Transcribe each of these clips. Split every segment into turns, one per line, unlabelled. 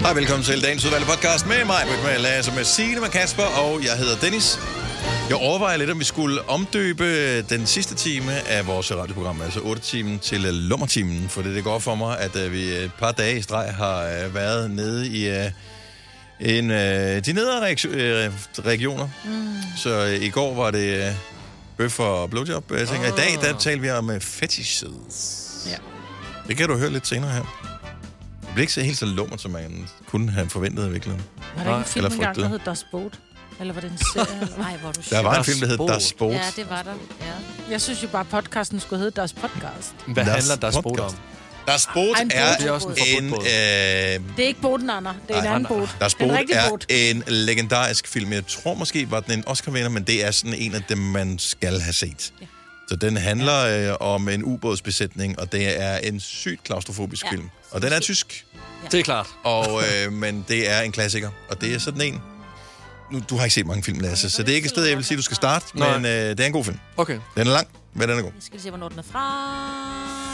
Hej, velkommen til dagens udvalgte podcast med mig, Britt, med Lasse, med Signe, med Kasper, og jeg hedder Dennis. Jeg overvejer lidt, om vi skulle omdøbe den sidste time af vores radioprogram, altså 8-timen til øh, lummertimen, for det, det går for mig, at øh, vi et par dage i streg har øh, været nede i øh, en, øh, de nedre reaktio- øh, regioner. Mm. Så øh, i går var det øh, bøf og blowjob. Jeg tænker, i dag, der taler vi om øh, fetishes.
Ja.
Det kan du høre lidt senere her. Det bliver ikke så helt så lummert, som man kunne have forventet i virkeligheden.
Var der ikke en film
Eller
engang, der
frygtet.
hed Das Boot? Eller var det en serie? eller hvad?
Nej, hvor er du
Der var en
Das
film, der hed
Boot.
Das Sport.
Ja, det var der. Ja.
Jeg synes jo bare, podcasten skulle hedde Das Podcast.
Hvad
Das
handler der spurgt om?
Podcast. Das Sport
Ej, en båd.
er
Det er
også en
en...
forbudt båd.
Øh,
Det er ikke Boden, Anna. Det er en
Nej,
anden
nej, nej.
Boot.
Das
En
Boot
rigtig
er
båd.
en legendarisk film. Jeg tror måske, var den en Oscar-vinder, men det er sådan en af dem, man skal have set. Så den handler øh, om en ubådsbesætning, og det er en sygt klaustrofobisk
Ja.
film. Og den er tysk,
Det er klart.
og, øh, men det er en klassiker. Og det er sådan en... Nu, du har ikke set mange film, Lasse, så det er ikke et sted, jeg vil sige, du skal starte,
Nej.
men øh, det er en god film.
Okay.
Den er lang, men den er god.
Jeg skal se, hvornår den er fra.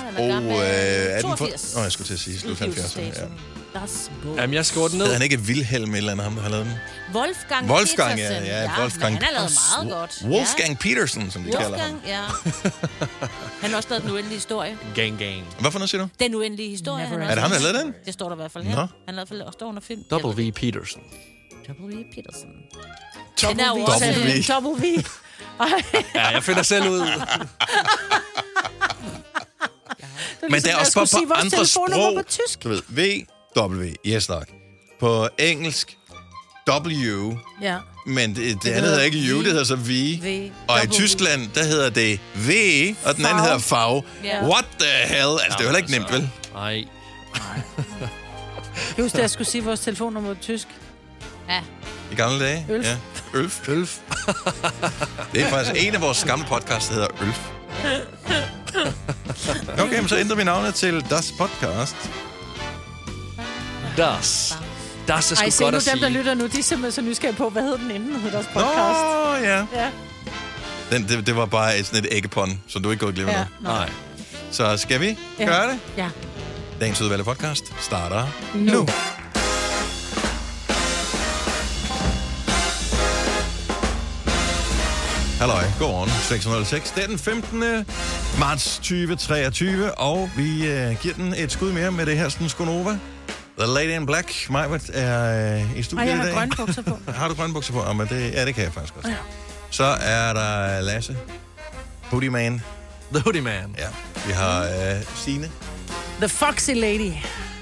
Den
Og,
er gammel.
øh, er den fra-
82.
Nå, jeg skulle til at sige slut 70'erne, ja.
Udgivelsesdatoen. Das Boot.
Jamen, jeg skriver den ned.
Hedder han ikke Wilhelm et eller andet, ham der har lavet den?
Wolfgang
Wolfgang, ja,
Petersen.
ja, Wolfgang.
men Han har lavet meget godt.
Wolfgang Petersen, som de
ja.
kalder ham.
Wolfgang, ja. Han har også lavet den uendelige historie.
Gang, gang.
Hvad for noget siger du?
Den uendelige historie.
Never
har
end.
Er det ham, der
også-
har lavet den?
Det står der i hvert fald her.
Nå.
Han har i hvert fald også står under film.
Double V. Peterson.
W. Petersen.
Double
er jo
V.
også-
Double V.
Double V.
Ja, jeg finder selv ud.
ligesom,
Men der er også bare på andre sprog.
på tysk.
Du ved, V, W, yes tak. På engelsk, W,
Ja.
men det, det andet hedder ikke U, det hedder så V.
V.
Og i
W.
Tyskland, der hedder det V, og den anden hedder Fag.
Ja.
What the hell? Altså, det er jo heller ikke nemt, vel?
Nej.
Jeg husker, jeg skulle sige vores telefonnummer på tysk.
Ja.
I gamle dage?
Ølf.
Ja. Ølf. Ølf. det er faktisk en af vores gamle podcasts, der hedder Ølf. Okay, men så ændrer vi navnet til Das Podcast.
Das. Das er sgu
Ej, se
godt
nu
at
dem, der
sige.
lytter nu, de er simpelthen så nysgerrige på, hvad hed den inden, hed deres
Nå,
podcast.
ja.
Ja.
Den, det, det var bare et, sådan et æggepånd, så du er ikke gået glip af
Ja.
ja.
Nå.
Nej.
Så skal vi
Ja.
gøre det?
Ja.
Dagens udvalgte podcast starter
Nu.
nu. Halløj, godmorgen. 606. Det er den 15. marts 2023, og vi øh, giver den et skud mere med det her sådan Skonova. The Lady in Black, Majbert, er øh, i
Ej,
studiet
jeg
i
har
dag.
grønne bukser på.
Har du grønne bukser på? Jamen, det, ja, det kan jeg faktisk godt. Så er der Lasse, Hoodie Man.
The Hoodie Man.
Ja. Vi har øh, Signe.
The Foxy Lady.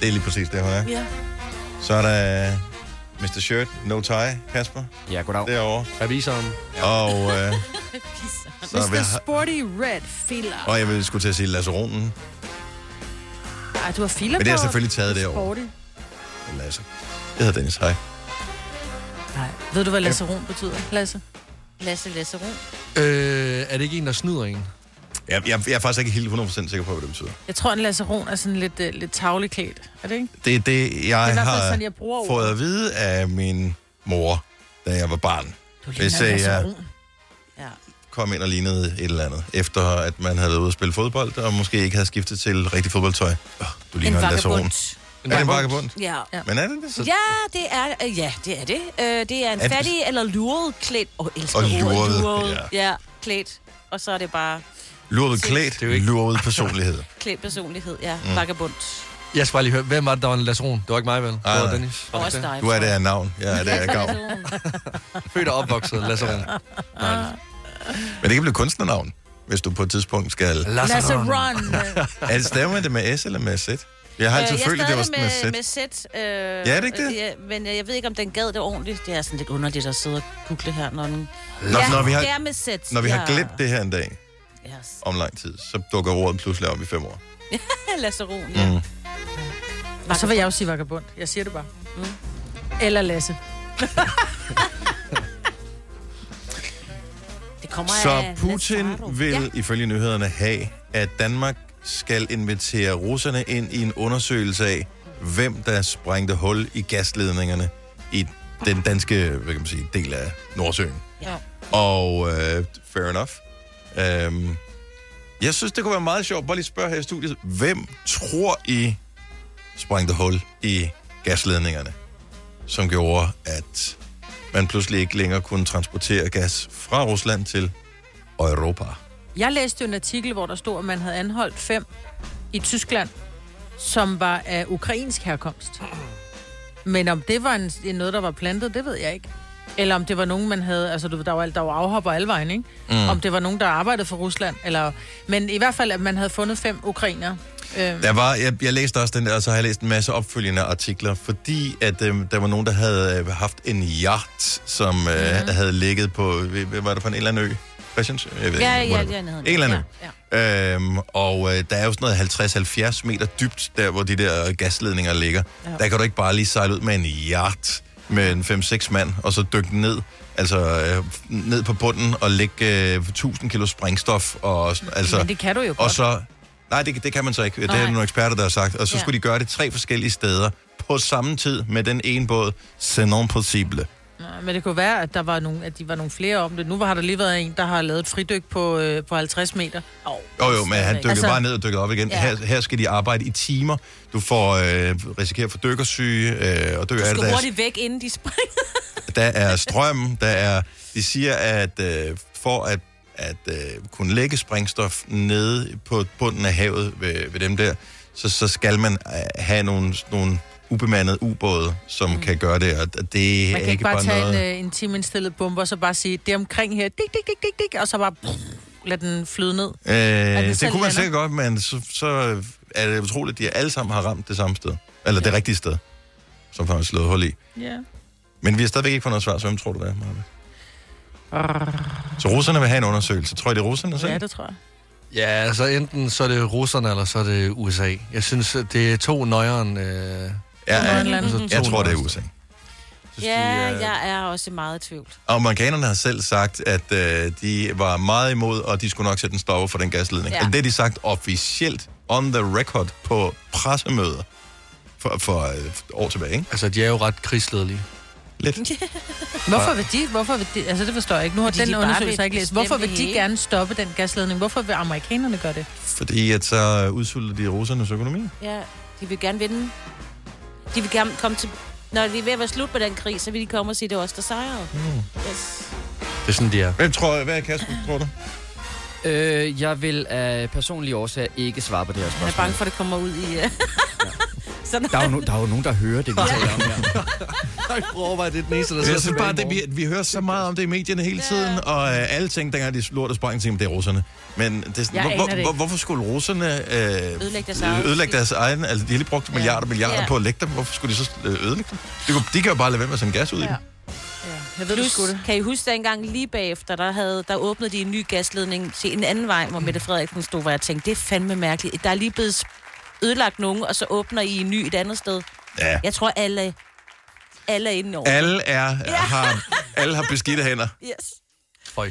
Det er lige præcis det, hun er.
Ja.
Så er der øh, Mr. Shirt, No Tie, Kasper,
Ja, goddag.
derovre.
Revisoren.
Og, øh, så vi
Mr.
har,
Sporty Red Filler.
og jeg vil skulle til at sige Lasseronen,
Ej, du har filler på.
men det er selvfølgelig taget derovre.
Sporty.
Lasse. Jeg hedder Dennis, hej.
Nej. Ved du, hvad laceron betyder, Lasse?
Lasse Lasse Ro.
Øh, er det ikke en, der snyder en?
Jeg, jeg, jeg er faktisk ikke helt 100% sikker på, hvad det betyder.
Jeg tror, en laceron er sådan lidt, øh, lidt tavleklædt. Er det ikke?
Det er det, jeg
hvert fald
har
sådan, jeg bruger ordet.
fået at vide af min mor, da jeg var barn. Hvis øh, jeg
Ja.
kom ind og lignede et eller andet, efter at man havde været ude at spille fodbold, og måske ikke havde skiftet til rigtig fodboldtøj. Oh, du
En
ligner en, en Lasseron.
vagabond.
Er det en vagabond?
Ja.
Ja.
Men er det det? Så
Ja, det er, øh, ja, det er det. Øh, det er en
Er det-
fattig eller luret klædt. Åh, oh, elsker
Og
ordet
lurvet,
luret. Ja. ja, klædt. Og så er det bare
Lurvet klædt,
er jo ikke-
lurvet personlighed.
klædt personlighed. Ja, mm. vagabond.
Jeg skal bare lige høre, hvem var det, der var en lasron? Det var ikke mig, vel? Det var
nej.
Dennis.
Og
Var det
også
ikke det?
dig.
Du er det af navn, jeg er det af gavn.
Født og opvokset lasron.
Men det kan blive kunstnernavn, hvis du på et tidspunkt skal...
Laceron.
Er det stemmer det med S eller med Z? Jeg har
Øh,
altid følt, at det var sådan med Z.
med sæt. Øh, ja,
er det ikke det?
Ja, men øh, jeg ved ikke, om den gad det ordentligt. Det er sådan lidt underligt at sidde og google her, når den...
Nå, når vi har,
det er med sæt.
når vi
ja.
har glemt det her en dag
Yes.
om lang tid, så dukker ordet pludselig op i fem år.
Laceron, ja. Mm.
Mm.
Og så vil jeg jo sige vagabond. Jeg siger det bare.
Mm.
Eller Lasse.
Det kommer
Så
af
Putin
Lazaro.
vil ifølge nyhederne have, at Danmark skal invitere russerne ind i en undersøgelse af, hvem der sprængte hul i gasledningerne i den danske hvad kan man sige, del af Nordsøen.
Ja.
Og øh, fair enough. Øhm, jeg synes, det kunne være meget sjovt, bare lige spørge her i studiet, hvem tror I sprængte hul i gasledningerne? som gjorde, at man pludselig ikke længere kunne transportere gas fra Rusland til Europa.
Jeg læste jo en artikel, hvor der stod, at man havde anholdt fem i Tyskland, som var af ukrainsk herkomst. Men om det var en, en noget, der var plantet, det ved jeg ikke. Eller om det var nogen, man havde... Altså, du ved, der var, alt- der var afhopper alle vejen, ikke?
Mm.
Mm. Om det var nogen, der arbejdede for Rusland, eller... Men i hvert fald, at man havde fundet fem ukrainere. Øhm,
Der var, jeg, jeg læste også den der, og så har jeg læst en masse opfølgende artikler, fordi at øh, der var nogen, der havde øh, haft en yacht, som øh,
Mhm.
mm-hmm. havde ligget på, øh, hvad hvad var det for en eller anden ø? Christians? Jeg ved
Ja,
ikke,
ja,
whatever.
ja, nede
en
nede.
eller anden ø. Øhm, og øh, der er jo sådan noget 50-70 meter dybt, der hvor de der øh, gasledninger ligger. Ja.
Ja.
Der kan du ikke bare lige sejle ud med en yacht med en 5-6 mand, og så dykke ned, altså øh, ned på bunden og lægge øh, 1000 kilo sprængstof. Og, sådan- altså,
Men det kan du jo
og
godt.
så... Nej, det, det kan man så ikke. Det er
Nej.
der nogle eksperter, der har sagt. Og så
Ja.
skulle de gøre det tre forskellige steder på samme tid med den ene båd. C'est non possible.
Nej, Men det kunne være, at der var nogle, at de var nogle flere om det. Nu har der lige været en, der har lavet et fridyk på, øh, på 50 meter. Oh,
Jo jo, men han dykker altså,
Altså-
bare ned og dykker op igen. Ja.
Ja.
Her, her skal de arbejde i timer. Du får øh, risikerer at få dykkersyge øh, og dø
Du
af det.
skal
Der er,
hurtigt væk, inden de springer.
der er strøm, der er... De siger, at øh, for at, at øh, kunne lægge sprængstof nede på bunden af havet ved, ved dem der, så, så skal man øh, have nogle, nogle ubemandede ubåde, som mm. kan gøre det. Og det er
Man kan
ikke
ikke bare tage
noget...
en, øh, en time indstillet bombe, og så bare sige, det er omkring her, dik, dik, dik, dik, dik, og så bare pff, lad den flyde ned.
Øh,
det
det, det
selv
kunne man
lander?
sikkert godt, men så, så er det utroligt, at de alle sammen har ramt det samme sted. Eller det rigtige sted, som faktisk slået hul i.
Ja.
Men vi har stadigvæk ikke fået noget svar, så hvem tror du det er, Marve? Så russerne vil have en undersøgelse. Tror I, det er russerne selv?
ja, det tror jeg.
Ja, altså enten så er det russerne, eller så er det USA. Jeg synes, at det er to nøjeren. Øh, jeg
ja, ja,
Grønland.
Mhm.
jeg tror, det er USA.
Synes,
Ja,
de, øh,
jeg er også meget i tvivl.
Amerikanerne har selv sagt, at øh, de var meget imod, og de skulle nok sætte en stopper for den gasledning.
Ja.
Ja. Det har de sagt officielt on the record på pressemøder for, for øh, år tilbage, ikke?
Altså, de er jo ret krigsledelige.
Lidt.
Hvorfor vil de, hvorfor vil de, altså det forstår jeg ikke, nu har
Fordi
den
de bare
undersøgelse
vil
jeg ikke læst, hvorfor
bestemme
vil
det
de
hele.
gerne stoppe den gasledning, hvorfor vil amerikanerne gøre det?
Fordi at så udsulter de russernes økonomi.
Ja, de vil gerne vinde. De vil gerne komme til... Når vi er ved at være slut med den krig, så vil de komme og sige, det var os, der sejrede. Mm. Yes.
Det er sådan, de er.
Hvem tror, hvad er Kasper, tror du?
Øh, jeg vil af personlige årsager ikke svare på det her
Jeg er
spørgsmål.
bange for, at det kommer ud i... Uh... Sådan
Der er, jo no- der er jo nogen, der hører det, vi taler om her.
Jeg prøver, det er den eneste, der
Jeg synes bare, det, vi, vi hører så meget om det i medierne hele tiden, og øh, alle tænker, dengang de lort og sprang, tænkte, det er russerne. Men det, er sådan,
Jeg
hvor,
aner
hvor,
det
hvor,
ikke.
hvorfor skulle russerne øh,
Ødelægge deres egen-
ødelægge deres egen? Altså, de har lige brugt milliarder og milliarder
Ja.
på at lægge dem. Hvorfor skulle de så øh, ødelægge dem? De, kunne, de kan jo bare lade være med at sende gas ud ja. i
Ja.
dem.
Ja. Jeg ved,
Plus,
Plus, det.
kan I huske dengang lige bagefter, der, havde, der åbnede de en ny gasledning til en anden vej, hvor Mette Frederiksen stod, hvor jeg tænkte, det er fandme mærkeligt. Der er lige blevet s- ødelagt nogen, og så åbner I en ny et andet sted.
Ja.
Jeg tror, alle, alle er inde over.
Alle, er, har, alle har beskidte hænder.
Yes.
Føj.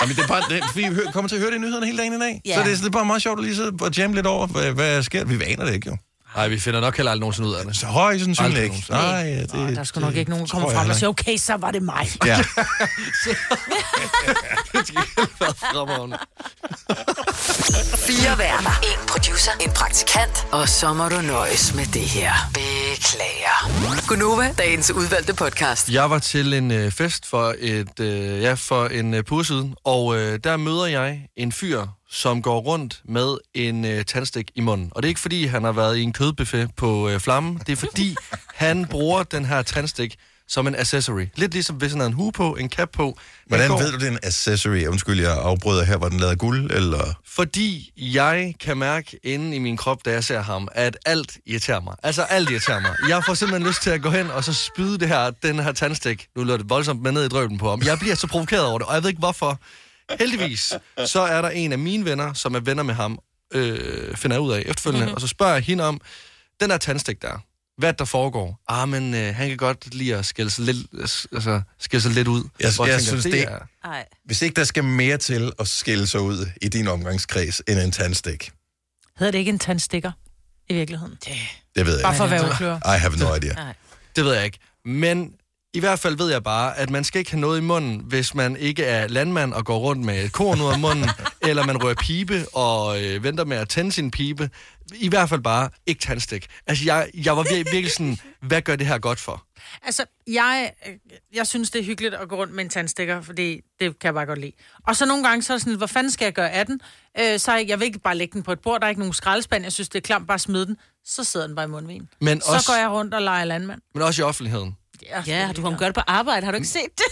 Jamen, det er bare, det, vi hø- kommer til at høre det i nyhederne hele dagen i dag.
Ja.
Så det, er- det er bare meget sjovt at lige sidde og jamme lidt over, hvad, hvad sker. der? Vi aner det ikke, jo.
Nej, vi finder nok heller aldrig nogensinde ud af det.
Så høj sandsynligt
Aldrig
ikke.
nogensinde.
Nej, det,
Nå, der skulle nok
det
ikke nogen
tror
komme
jeg
frem og
heller
sige, okay, så var det mig.
ikke. Ja.
Fremragende.
Fire værter. En producer. En praktikant. Og så må du nøjes med det her. Beklager. Gunova, dagens udvalgte podcast.
Jeg var til en øh, fest for et øh, ja, for en øh, par uger siden, og øh, der møder jeg en fyr, som går rundt med en øh, tandstik i munden. Og det er ikke fordi, han har været i en kødbuffet på øh, flammen, det er fordi, han bruger den her tandstik som en accessory. Lidt ligesom hvis han havde en hue på, en cap på. Han
Hvordan
går-
ved du, det er en accessory? Undskyld, jeg afbryder her, hvor den lavet guld, eller...
Fordi jeg kan mærke inde i min krop, da jeg ser ham, at alt irriterer mig. Altså alt irriterer mig. Jeg får simpelthen lyst til at gå hen og så spyde det her, den her tandstik. Nu lyder det voldsomt, men ned i drøben på ham. Jeg bliver så provokeret over det, og jeg ved ikke hvorfor. Heldigvis, så er der en af mine venner, som er venner med ham, øh, finder jeg ud af efterfølgende,
Mhm.
mm-hmm. og så spørger jeg hende om, den der tandstik der, hvad der foregår? Ah, men øh, han kan godt lide at skille sig lidt, altså, skille sig lidt ud.
Jeg-
Hvor
jeg
tænker,
synes, det-
er-
Ej.
Hvis ikke der skal mere til at skille sig ud i din omgangskreds end en tandstik,
Hedder det ikke en tandstikker i virkeligheden?
det ved jeg
Bare for at
ikke.
være uklør.
I have no idea.
Nej.
Det ved jeg ikke. Men I hvert fald ved jeg bare, at man skal ikke have noget i munden, hvis man ikke er landmand og går rundt med et korn ud af munden, eller man rører pibe og øh, venter med at tænde sin pibe. I hvert fald bare ikke tandstik. Altså, jeg, jeg var vir- virkelig sådan, hvad gør det her godt for?
Altså, jeg, øh, jeg synes, det er hyggeligt at gå rundt med en tandstikker, fordi det kan jeg bare godt lide. Og så nogle gange, så er det sådan, hvor fanden skal jeg gøre af den? Øh, så er jeg, jeg vil ikke bare lægge den på et bord, der er ikke nogen skraldespand, jeg synes, det er klamt, bare smid den. Så sidder den bare i mundvin.
Men
så
også-
går jeg rundt og leger landmand.
Men også i offentligheden.
Ja, du kan gøre det på arbejde. Har du ikke set det?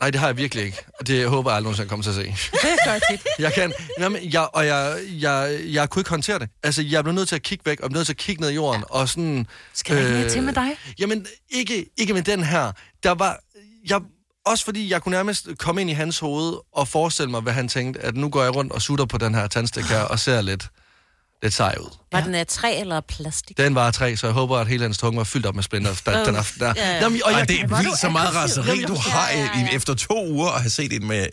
Nej, det har jeg virkelig ikke. Og det håber jeg aldrig nogensinde kommer til at se.
Det gør jeg tit.
Jeg kan, jamen, jeg, og jeg, jeg, jeg kunne ikke håndtere det. Altså, jeg blev nødt til at kigge væk, og blev nødt til at kigge ned i jorden, og sådan... øh,
Skal der ikke mere til med dig?
Jamen, ikke, ikke med den her. Der var... Jeg, også fordi jeg kunne nærmest komme ind i hans hoved og forestille mig, hvad han tænkte, at nu går jeg rundt og sutter på den her tandstik her og ser lidt, lidt sej ud.
Var den af træ eller af plastik?
Den var af træ, så jeg håber, at hele hans tunge var fyldt op med splinter der, den aften der.
Ja.
Jamen, og
Ej,
jeg,
det er vildt så meget
aggressiv.
raseri,
Jamen,
Altså, du
jeg-
har øh,
Ja, ja,
i-
ja.
efter to uger at have set en med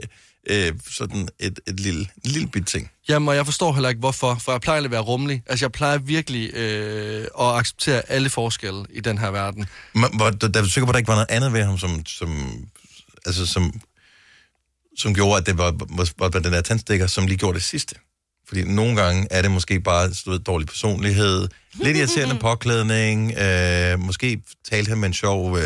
øh, sådan et, et lille, en lille bit ting.
Jamen, og jeg forstår heller ikke, hvorfor, for jeg plejer at være rummelig. Altså, jeg plejer virkelig øh, at acceptere alle forskelle i den her verden.
Man, hvor, der, der er du sikker på, at der ikke var noget andet ved ham, som, som, altså, som, som gjorde, at det var, var, var den der tandstikker, som lige gjorde det sidste. Fordi nogle gange er det måske bare du ved, dårlig personlighed, lidt irriterende påklædning, øh, måske talte han med en sjov øh,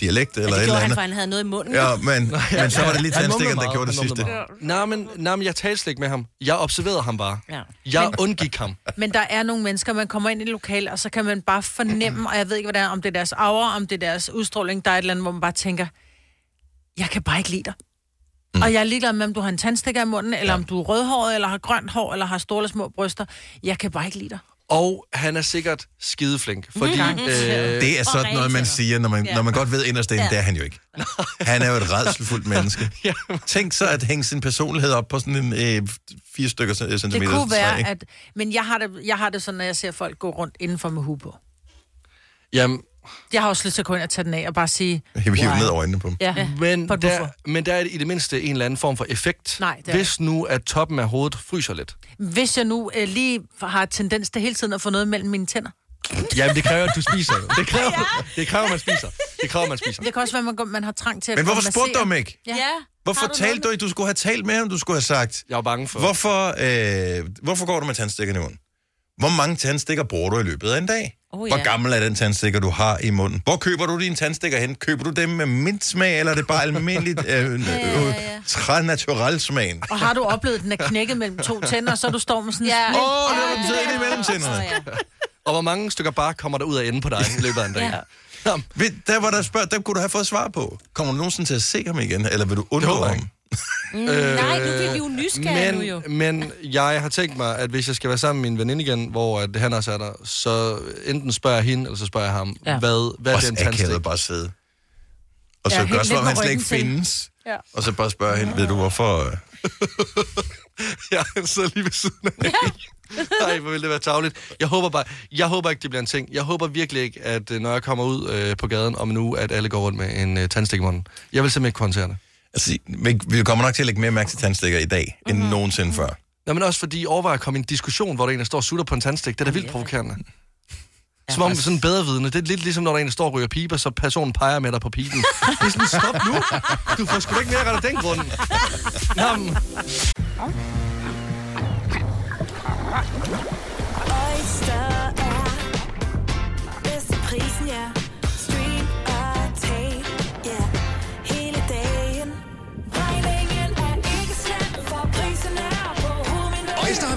dialekt eller
Eller
et
det
eller
gjorde han,
andet.
for han havde noget i munden.
Ja, men, men så var det lige
Han
tandstikker,
mumlede
der
meget,
gjorde det
han
sidste.
mumlede meget. Nej, men, nej, men jeg talte slet ikke med ham. Jeg observerede ham bare.
Ja.
Jeg undgik ham.
Men der er nogle mennesker, man kommer ind i et lokal, og så kan man bare fornemme, og jeg ved ikke, hvad det er, om det er deres aura, om det er deres udstråling, der er et eller andet, hvor man bare tænker, jeg kan bare ikke lide dig. Mm. Og jeg er ligeglad med, om du har en tandstikker i munden, eller ja. om du er rødhåret, eller har grønt hår, eller har store eller små bryster. Jeg kan bare ikke lide dig.
Og han er sikkert skideflink, fordi... Øh,
Det er sådan
rene
noget, man
tænder.
siger, når man,
Ja.
når man godt ved inderst inden,
Ja.
det er han jo ikke. Han er jo et redselfuldt menneske. Tænk så at hænge sin personlighed op på sådan en øh, fire stykker cent-
Det
centimeter
kunne
træ,
være,
ikke?
at... Men jeg har det, jeg har det sådan, når jeg ser folk gå rundt indenfor med hue på.
jamen,
Jeg har også lyst til at gå ind og tage den af og bare sige...
Hiv, hiv
"Why?"
ned over øjnene på dem.
Ja,
men,
på et
der,
hvorfor.
men der er i det mindste en eller anden form for effekt,
Nej, det er
hvis nu at toppen af hovedet fryser lidt.
Hvis jeg nu øh, lige har tendens til hele tiden at få noget mellem mine tænder.
Jamen, det kræver, at du spiser. jo. Det kræver, det kræver man spiser. Det kræver, man spiser.
Det kan også være, man, går- man har trang til at
Men
få
hvorfor spurgte du
masseret.
ham ikke?
ja.
Hvorfor
Har
du
du
talte du ikke? Du skulle have talt med ham, du skulle have sagt.
Jeg er bange for...
Hvorfor, øh, hvorfor går du med tandstikkerne i munden? Hvor mange tandstikker bruger du i løbet af en dag?
Oh,
Hvor
ja.
gammel er den tandstikker, du har i munden? Hvor køber du dine tandstikker hen? Køber du dem med mint smag, eller er det bare almindeligt øh, øh,
ja, ja.
træ smagen?
Og har du oplevet, at den er knækket mellem to tænder, så du står med sådan en
Ja.
ja.
Åh, oh, det var den tidlig mellem tænderne.
Nå, ja.
Og hvor mange stykker bare kommer der ud af enden på dig i løbet af en dag?
Ja.
Nå, men
Ved- Der var der spørg, der kunne du have fået svar på. Kommer du nogensinde til at se ham igen, eller vil du undgå
håber jeg
ham?
ikke.
Øh,
Mm, nej, nu bliver vi jo nysgerrige nu jo.
Øh, men, men jeg har tænkt mig, at hvis jeg skal være sammen med min veninde igen, hvor at han også er der, så enten spørger jeg hende, eller så spørger jeg ham, ja.
Ja.
hvad, hvad er
Også
den tandstik?
akavet bare sidde. Og så
Ja,
ja,
helt
gør som om
lidt
han
med
slet ikke
ryggen til.
findes.
Ja.
Og så bare spørge hende, ved du hvorfor? øh?"
Ja, han sidder lige ved siden af. Nej, hvor ville det være tavligt. Jeg håber bare, jeg håber ikke, det bliver en ting. Jeg håber virkelig ikke, at øh, når jeg kommer ud øh, på gaden om en uge, at alle går rundt med en øh, tandstik i munden. Jeg vil simpelthen ikke kunne håndtere det.
Altså, vi, vi kommer nok til at lægge mere mærke til tandstikker i dag, end
Mhm.
nogensinde før.
Nå, men også fordi overvej at komme i en diskussion, hvor der er en, der står og sutter på en tandstik. Det er da vildt provokerende. Som om sådan bedre vidne. Det er lidt ligesom, når der er en, der står og ryger piber, så personen peger med dig på piben. Det er sådan, stop nu. Du får sgu da ikke mere ret af den grund. Nå, men-
Oyster er bedst til prisen, ja. Stream og tag, ja. Hele dagen. Regningen er ikke slem, for prisen er på hovedet.
Øjster har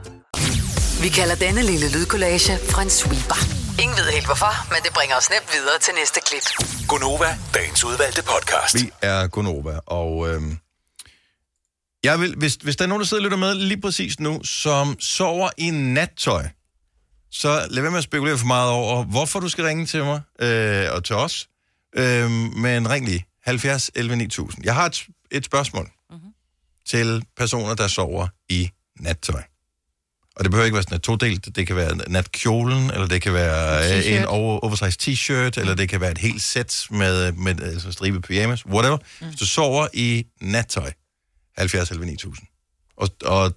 Vi kalder denne lille lydkollage Frans sweeper. Ingen ved helt hvorfor, men det bringer os nemt videre til næste klip.
Gonova, dagens udvalgte podcast.
Vi er Gonova, og øhm, jeg vil, hvis, hvis der er nogen, der sidder og lytter med lige præcis nu, som sover i nattøj, så lad være med at spekulere for meget over, hvorfor du skal ringe til mig øh, og til os. Øh, Øhm, men ring lige. 70 11 9000. Jeg har et, et spørgsmål mm-hmm. til personer, der sover i nattøj. Og det behøver ikke være sådan et todelt. Det kan være natkjolen, eller det kan være øh, en over, oversized t-shirt, eller det kan være et helt sæt med, med altså stribe pyjamas, whatever. Mm. Hvis du sover i nattøj, 70 11 9000. Og, og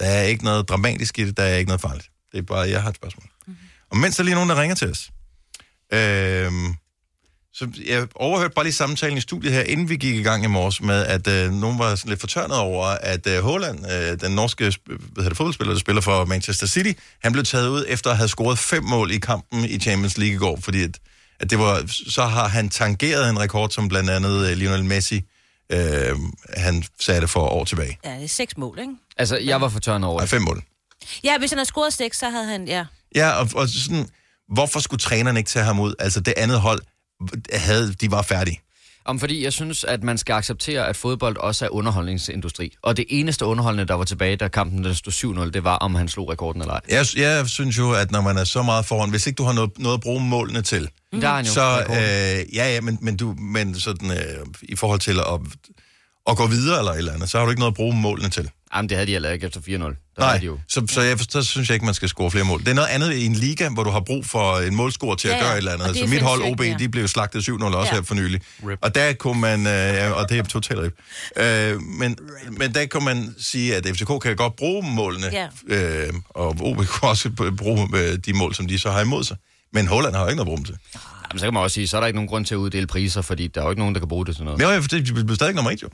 der er ikke noget dramatisk i det, der er ikke noget farligt. Det er bare, jeg har et spørgsmål. Mm-hmm. Og mens der lige er nogen, der ringer til os. Øhm, så jeg overhørte bare lige samtalen i studiet her, inden vi gik i gang i morges, med at øh, nogen var sådan lidt fortørnet over, at øh, Haaland, øh, den norske sp- hvad hedder det, fodboldspiller, der spiller for Manchester City, han blev taget ud efter at have scoret fem mål i kampen i Champions League i går, fordi at, at det var, så har han tangeret en rekord, som blandt andet øh, Lionel Messi, øh, han satte for år tilbage.
Ja, det er seks mål, ikke?
Altså, jeg var for tørn over
Nej,
det.
fem mål.
Ja, hvis han havde scoret seks, så havde han... Ja.
Ja, og, og sådan, hvorfor skulle træneren ikke tage ham ud? Altså det andet hold, havde, de var færdige.
Om fordi jeg synes, at man skal acceptere, at fodbold også er underholdningsindustri. Og det eneste underholdende, der var tilbage, da kampen der stod 7-0, det var, om han slog rekorden eller ej.
Jeg, jeg synes jo, at når man er så meget foran, hvis ikke du har noget, noget at bruge målene til,
Mm. Der er han jo
så
rekorden.
øh, ja, ja, men, men, du, men sådan, øh, i forhold til at, at gå videre eller et eller andet, så har du ikke noget at bruge målene til.
Jamen, det havde de heller ikke efter 4-0. Der havde
Nej,
De jo.
så, så, jeg, så synes jeg ikke, man skal score flere mål. Det er noget andet i en liga, hvor du har brug for en målscorer til at
Ja, ja.
gøre et eller andet.
Og det
Så
findes
mit hold,
jo ikke
OB,
mere.
de blev slagtet 7-0 også
Ja.
her for nylig. Og der kunne man, øh, ja, og det er totalt rip. Øh, men, men der kunne man sige, at FCK kan godt bruge målene,
Ja.
øh, og OB kan også b- bruge øh, de mål, som de så har imod sig. Men Holland har jo ikke noget at bruge dem til.
Jamen, så kan man også sige, så er der ikke nogen grund til at uddele priser, fordi der er jo ikke nogen, der kan bruge det til noget.
Men jeg, det bliver stadig nummer et, jo.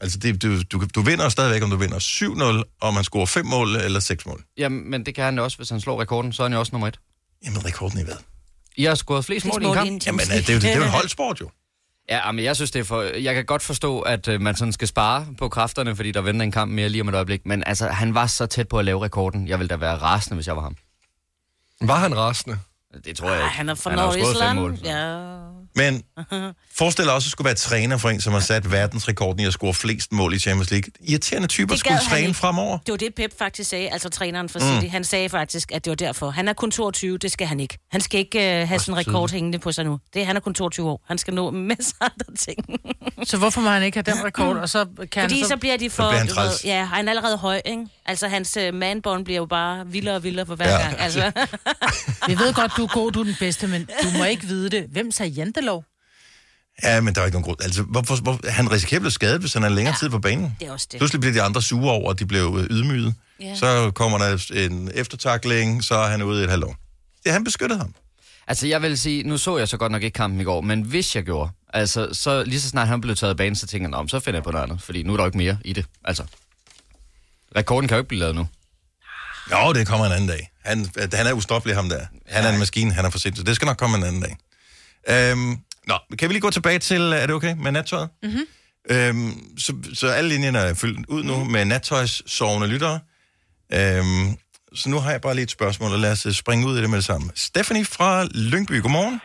Altså, det, du, du, du vinder stadigvæk, om du vinder 7-0, om man scorer 5 mål eller 6 mål.
Jamen, men det kan han da også, hvis han slår rekorden, så er han jo også nummer et.
Jamen, rekorden i hvad?
I har scoret flest mål i en
mål
kamp.
i en Champions
Jamen, øh,
League.
det, er jo- det er jo en holdsport, jo.
Ja, men jeg synes, det er for... Jeg kan godt forstå, at øh, man sådan skal spare på kræfterne, fordi der venter en kamp mere lige om et øjeblik. Men altså, han var så tæt på at lave rekorden. Jeg ville da være rasende, hvis jeg var ham.
Var han rasende?
Det tror jeg
Ej,
ikke.
han er fra
Han har jo scoret fem
Nordsjælland.
mål.
Ja.
Men forestil dig også at skulle være træner for en, som har sat verdensrekorden i at score flest mål i Champions League. Irriterende typer
Det
skulle
gad han
træne
ikke.
fremover.
Det var det, Pep faktisk sagde, altså træneren for City. Mm. Han sagde faktisk, at det var derfor. Han er kun 22, det skal han ikke. Han skal ikke uh, have sådan en rekord hængende på sig nu. Det, han er kun 22 år. Han skal nå en masse andre ting.
Så hvorfor må han ikke have den rekord, og så kan han
Fordi
så...
så bliver de for...
bliver han
du ved,
træls.
ja, han er allerede høj, ikke? Altså, hans uh, manbånd bliver jo bare vildere og vildere for hver
Ja.
ja. gang. Altså.
Vi ved godt, du er god, du er den bedste, men du må ikke vide det. Hvem sagde jantelov?
Ja, men der er ikke nogen grund. Altså, hvorfor, hvor, han risikerer at blive skadet, hvis han er længere ja. tid på banen.
Det er også det.
Pludselig bliver de andre sure over, at de blev øh, ydmyget. Ja.
Ja.
Så kommer der en eftertakling, så er han ude i et halvt år. Det han beskyttede ham.
Altså, jeg vil sige, nu så jeg så godt nok ikke kampen i går, men hvis jeg gjorde, altså, så lige så snart han blev taget af banen, så tænker jeg, "Nå, men så finder jeg på noget andet, fordi nu er der jo ikke mere i det. Altså, rekorden kan jo ikke blive lavet nu.
Jo, det kommer en anden dag. Han, øh, han er ustoppelig, ham der. Han er en maskine, han er for sindssyg. Det skal nok komme en anden dag. Øhm, nå, kan vi lige gå tilbage til, øh, er det okay med nattøjet? Mm-hmm. Øhm, så, så alle linjerne er fyldt ud nu mm-hmm. med nattøjssovende lyttere. Øhm, så nu har jeg bare lige et spørgsmål, og lad os øh, springe ud i det med det samme. Stephanie fra Lyngby, godmorgen.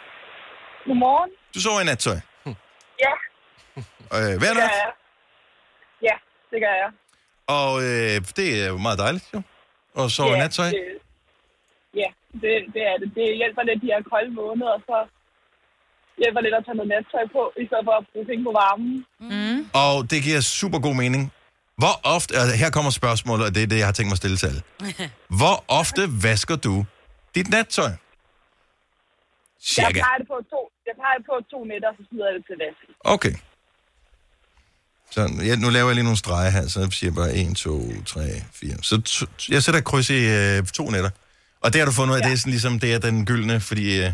Godmorgen.
Du sover i nattøj.
Ja,
Øh, hver
det gør
nat,
jeg. Ja, det gør jeg.
og øh, det er jo meget dejligt, jo. Og sove i
ja,
nattøj.
det- Ja, det, det er det. Det hjælper lidt de her kolde måneder, så hjælper lidt at tage noget nattøj på, i stedet for at bruge ting på varmen.
Mm. Og det giver super god mening. Hvor ofte, altså her kommer spørgsmålet, og det er det, jeg har tænkt mig at stille til alle. Hvor ofte vasker du dit nattøj?
Jeg
Cirka.
plejer det på to, jeg plejer det på to nætter, så smider jeg det til vask.
Okay. Så ja, nu laver jeg lige nogle streger her, så siger jeg bare 1, 2, 3, 4. Så to, jeg sætter et kryds i øh, to nætter. Og det har du fundet ud af, ja. det er sådan ligesom, det er den gyldne, fordi... Øh,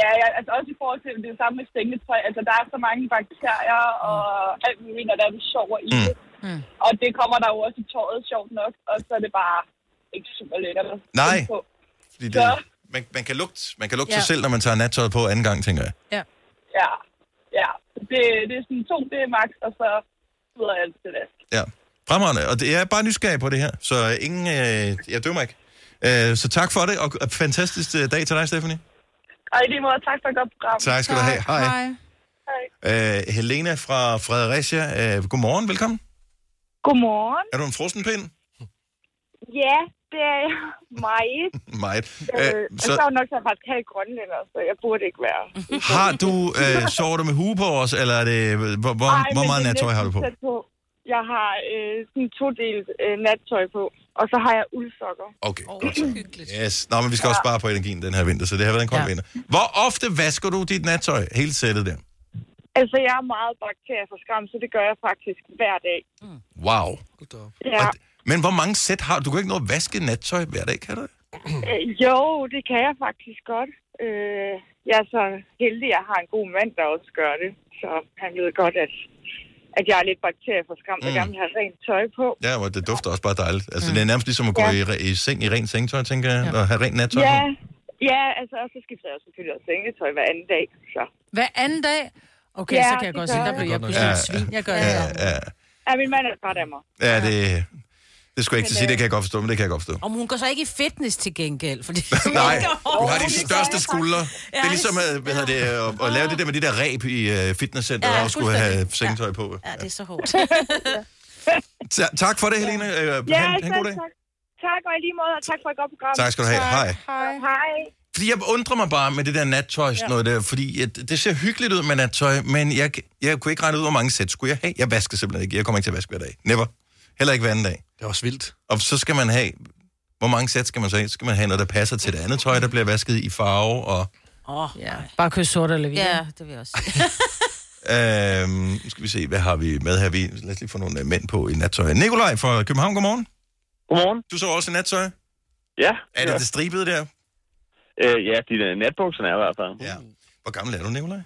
Ja, ja, altså også i forhold til det samme med stængetøj. Altså, der er så mange bakterier og alt muligt, når der er vi sover i det. Mm. Og det kommer der jo også i tåret, sjovt nok. Og så er det bare ikke super lækkert at
Nej.
tænke på.
fordi det,
Ja.
man, man kan lugte, man kan lugte ja.
Ja.
sig selv, når man tager nattøjet på anden gang, tænker jeg.
Ja.
Ja, ja. Det, det er sådan to, det er max, og så smider jeg det til vask.
Ja, fremragende. Og det, jeg er bare nysgerrig på det her, så øh, ingen, øh, jeg dømmer ikke. Øh, så tak for det, og og fantastisk øh, dag til dig, Stephanie.
Og i lige måde, tak for et godt program.
Tak skal du have. Hej. Hej. Øh, Helena fra Fredericia, øh, godmorgen, velkommen.
Godmorgen.
Er du en frossen pind?
Ja, det er jeg meget.
Meget.
Øh,
Øh,
så... så er
så Mhm.
jo nok så radikal grønlænder, så jeg burde ikke være.
har du, øh, sover du med hue på os, eller er det, hvor, hvor,
Ej, men
hvor meget
det er
nattøj har du
næsten
på?
tæt Jeg har øh, sådan to delt øh, nattøj på, og så har jeg uldsokker.
Okay, godt så. Yes. Nå, men vi skal også spare på energien den her vinter, så det har været en kold
Ja.
ja. vinter. Hvor ofte vasker du dit nattøj? Hele sættet der.
Altså, jeg er meget bakterieforskræmt, så det gør jeg faktisk hver dag.
Wow.
Ja.
Og d- Men hvor mange sæt har du? Du kan ikke nå at vaske nattøj hver dag, kan du? det?
Øh, jo, det kan jeg faktisk godt. Øh, jeg er så heldig, at jeg har en god mand, der også gør det. Så han ved godt, at, at jeg er lidt bakterieforskræmt og
Mm.
gerne vil have rent tøj på.
Ja, og det dufter også bare dejligt. Altså, mm. det er nærmest ligesom at gå
Ja.
ja. i, re- i seng i rent sengtøj, tænker jeg, og have rent nattøj.
Ja,
på.
ja altså, og så skifter jeg selvfølgelig også sengetøj hver anden dag. Så.
Hver anden dag? Okay,
Ja,
så kan jeg
det
godt
gør
se, der
jeg.
blev jeg
Godt nok.
pludselig
Ja,
et
ja.
svin. Jeg gør
Ja,
det.
ja.
Ja, min mand er træt af mig.
ja det, det skulle jeg ikke til at sige, det kan jeg godt forstå, men øh, det kan jeg godt forstå.
Om hun går så ikke i fitness til gengæld, fordi...
Nej, du har
det
de
gør
største
jeg
skuldre. Det er
det-
ligesom at, hvad hedder det, at, at lave det der med de der ræb i uh, fitnesscenteret
Ja,
ja, og skulle have
fuldstændig.
sengtøj på.
Ja, det er så hårdt.
Ta- tak for det, Helene. Uh,
Ja,
ja, ha, en god
selv
dag.
tak. Tak, og i lige måde, og tak for et godt program.
Tak skal du have. Hej.
Hej.
Fordi jeg undrer mig bare med det der nattøj, ja. noget der, fordi at det ser hyggeligt ud med nattøj, men jeg, jeg kunne ikke regne ud, hvor mange sæt skulle jeg have. Jeg vasker simpelthen ikke. Jeg kommer ikke til at vaske hver dag. Never. Heller ikke hver anden dag.
Det er også vildt.
Og så skal man have... Hvor mange sæt skal man så have? Så Skal man have noget, der passer til det andet tøj, der bliver vasket i farve? Og,
Ja,
Bare køb sort eller hvid.
ja det vil jeg også sige.
øhm, nu skal vi se, hvad har vi med her? Vi, lad os lige få nogle øh, mænd på i nattøj. Nikolaj fra København, godmorgen.
Godmorgen.
Du så også i nattøj.
Ja.
Er det det stribede der?
Øh, ja, dine natbukser er i hvert fald.
Ja. Hvor gammel er du, Nikolaj?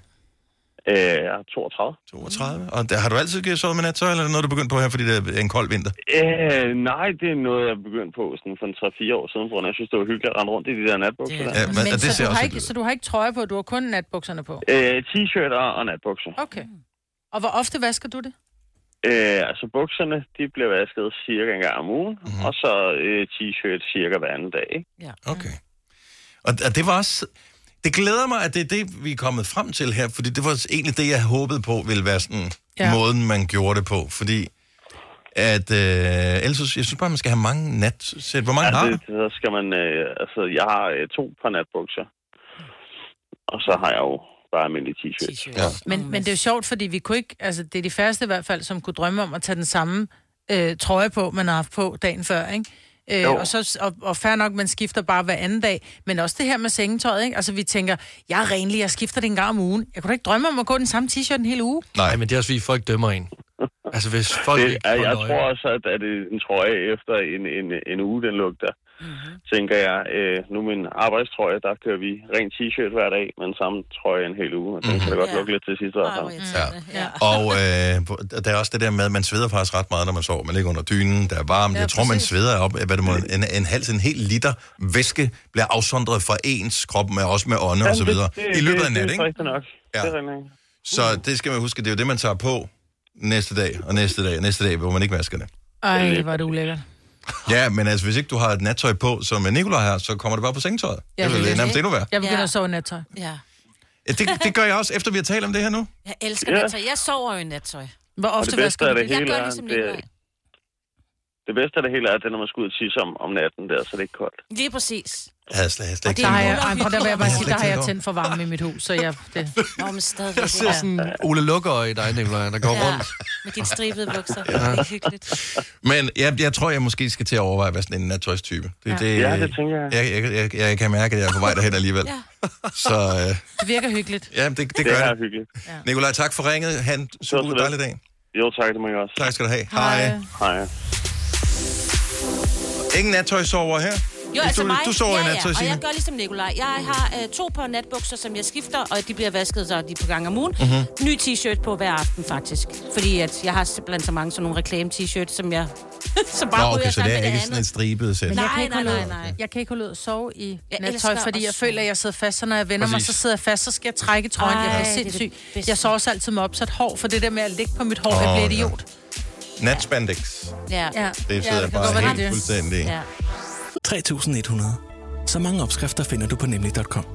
Øh, jeg er 32.
32. Og der, har du altid sovet med nattøj, eller er det noget, du begyndte på her, fordi det er en kold vinter?
Øh, nej, det er noget, jeg begyndte på sådan for en 3-4 år siden, for jeg synes, det var hyggeligt at rende rundt i de der natbukser
Det
yeah.
er
der.
Ja, men,
Men
og det
så,
ser
du
også
har
ikke...
ikke, så du har ikke trøje på, du har kun natbukserne på?
Øh, t-shirt og, og natbukser.
Okay.
Mm.
Og hvor ofte vasker du det?
Øh, altså bukserne, de bliver vasket cirka en gang om ugen,
Mhm.
mm-hmm. og så øh, t-shirt cirka hver anden dag. Ikke?
Okay. Og, og det var også... Det glæder mig, at det er det, vi er kommet frem til her, fordi det var egentlig det, jeg håbede på ville være sådan
Ja.
ja. måden, man gjorde det på, fordi at, øh, ellers, så- jeg synes bare, man skal have mange natsæt. Hvor mange
Ja,
har
det,
du?
så skal man, øh, altså jeg har øh, to par natbukser, og så har jeg jo bare almindelige t-shirt.
Ja.
Men, men det er jo sjovt, fordi vi kunne ikke, altså det er de færreste i hvert fald, som kunne drømme om at tage den samme øh, trøje på, man har haft på dagen før, ikke? Øh,
Jo.
og, så, og, og fair nok, man skifter bare hver anden dag. Men også det her med sengetøjet, ikke? Altså, vi tænker, jeg er renlig, jeg skifter det en gang om ugen. Jeg kunne da ikke drømme om at gå i den samme t-shirt en hel uge.
Nej,
Nej,
men det er også, fordi folk dømmer en. Altså, hvis folk
Det,
ikke
jeg,
holder
jeg
øje-
tror også, at, at en trøje efter en, en, en uge, den lugter,
Mhm.
mm-hmm. tænker jeg, øh, nu min arbejdstrøje, der kører vi ren t-shirt hver dag, men samme trøje en hel uge, og den kan da godt
Ja.
lugte lidt til sidst.
Ej, hvor
Altså.
irriterende. Ja.
og øh, hvor- der er også det der med, at man sveder faktisk ret meget, når man sover. Man ligger under dynen, der er varmt.
Ja,
jeg tror, man
præcis.
sveder op, hvad det må, en, en hals, en hel liter væske bliver afsondret fra ens krop, med, også med ånde og så videre. I løbet af natten,
Det
ikke?
er rigtigt nok.
Ja.
Det er rigtigt nok.
Så det skal man huske, det er jo det, man tager på næste dag, og næste dag, og næste dag, hvor man ikke vasker det.
Ej, hvor er det ulækkert.
Ja, men altså, hvis ikke du har et nattøj på, som Nicolaj har, så kommer det bare på sengetøjet.
Ja,
Ja, det
det er
vil
det.
nærmest endnu værre.
Jeg begynder
Ja.
ja. at sove i nattøj.
ja.
Ja, det, det gør jeg også, efter vi har talt om det her nu.
Jeg elsker
Ja.
nattøj. Jeg sover jo i nattøj.
Hvor
Og det
ofte
bedste
vasker
af
du
det
det?
Jeg
hele
gør
er,
ligesom
det,
Nikolaj.
det bedste af det hele er, at det er, når man skal ud og tisse om, om natten der, så det er ikke koldt.
Lige præcis.
Jeg havde slet, jeg havde slet ikke
det
Der
tænkt
har
over
jeg,
det.
ej, prøv, der vil jeg bare
Jeg har
sige,
slet
der har
ikke
jeg
tænkt
tændt for varme i mit hus, så jeg... Det,
Nå, men stadigvæk.
Jeg ser sådan Ole Lukker i dig, Nicolaj, der går
Ja,
rundt.
med dine stribede bukser. Det er ikke hyggeligt.
Men jeg, jeg tror, jeg måske skal til at overveje, hvad sådan en nattøjstype. Det, ja. det,
Ja, det tænker jeg.
Jeg, jeg, jeg, jeg kan mærke, at jeg er på vej derhen alligevel.
Ja.
Så øh,
det virker hyggeligt.
ja, det, det,
Det
gør
er
det.
hyggeligt.
Nikolaj, tak for ringet. Han, super
så
god
lidt.
dejlig dag.
Jo, tak, det må jeg også.
Tak skal du have. Hej. Hej.
Hej.
Ingen nattøjsover her.
Jo,
Hvis
altså
du,
mig.
du sover
ja,
i nattøj,
ja. Og
Signe.
jeg gør ligesom Nikolaj. Jeg har øh, to par natbukser, som jeg skifter, og de bliver vasket så de er på gang om ugen.
Mhm.
Mm-hmm. Ny t-shirt på hver aften, faktisk. Fordi at jeg har simpelthen så mange sådan nogle reklame-t-shirts, som jeg... som bare
Nå, okay,
ryger
så det
sammen
er
med
ikke
det
sådan
andet.
et stribet sæt.
Nej,
jeg kan ikke
nej,
holde
nej,
ud.
nej.
Jeg kan ikke holde ud at sove i
Jeg
nattøj,
elsker
fordi
at
jeg
sove.
føler, at jeg sidder fast, så når jeg vender mig,
Præcis.
så sidder jeg fast, så skal jeg trække trøjen. Ej, jeg
Ej,
bliver
det er det
sindssyg.
bedste.
Jeg sover også altid med opsat hår, for det der med at ligge på mit hår,
Åh,
jeg bliver
ja.
idiot.
Natspandex.
Ja.
Ja.
Det sidder
ja,
ja,
kan godt
bare
være,
helt
det er det.
fuldstændig. i.
ja.
3100. Så mange opskrifter finder du på nemlig.com.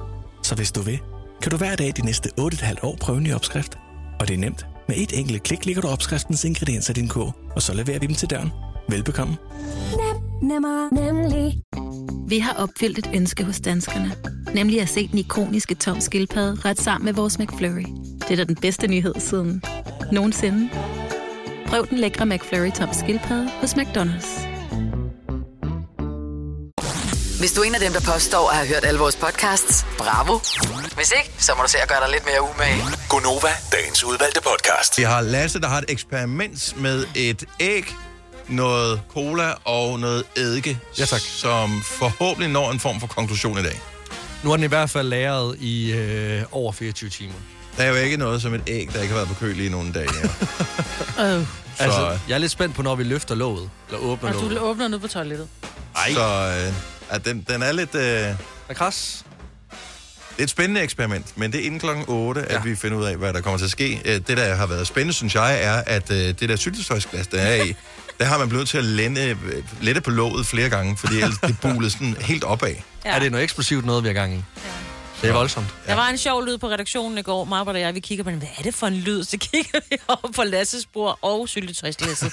Så hvis du vil, kan du hver dag de næste 8,5 år prøve en ny opskrift. Og det er nemt. Med et enkelt klik ligger du opskriftens ingredienser i din kog, og så leverer vi dem til døren. Velbekomme.
Nem,
Nemmer, nemlig. Vi har opfyldt et ønske hos danskerne. Nemlig at se den ikoniske tom skildpadde ret sammen med vores McFlurry. Det er da den bedste nyhed siden nogensinde. Prøv den lækre McFlurry tom skildpadde hos McDonald's.
Hvis du er en af dem, der påstår at have hørt alle vores podcasts, bravo. Hvis ikke, så må du se at gøre dig lidt mere umage.
Gonova, dagens udvalgte podcast.
Vi har Lasse, der har et eksperiment med et æg, noget cola og noget eddike, ja, tak. som forhåbentlig når en form for konklusion i dag.
Nu er den i hvert fald lagret i øh, over 24 timer.
Der er jo ikke noget som et æg, der ikke har været på køl i nogle dage. Ja.
Øh.
Så-
Altså, jeg er lidt spændt på, når vi løfter låget. Eller åbner
Og
låget.
du åbner nu på toilettet.
Ej. Så øh, at den, den er lidt... Øh, er
kras.
Det er et spændende eksperiment, men det er inden klokken 8, ja. at vi finder ud af, hvad der kommer til at ske. Øh, Det, der har været spændende, synes jeg, er, at øh, det der syltetøjsglas, der er i, der har man blevet til at lende, lette på låget flere gange, fordi ellers det bulede sådan helt opad.
Ja.
Er det noget eksplosivt noget, vi har gang i? Ja. Det er voldsomt.
Der var en sjov lyd på redaktionen i går. Marbert og jeg, vi kigger på den. Hvad er det for en lyd? Så kigger vi over på Lasses bord og syltetøjslæsset.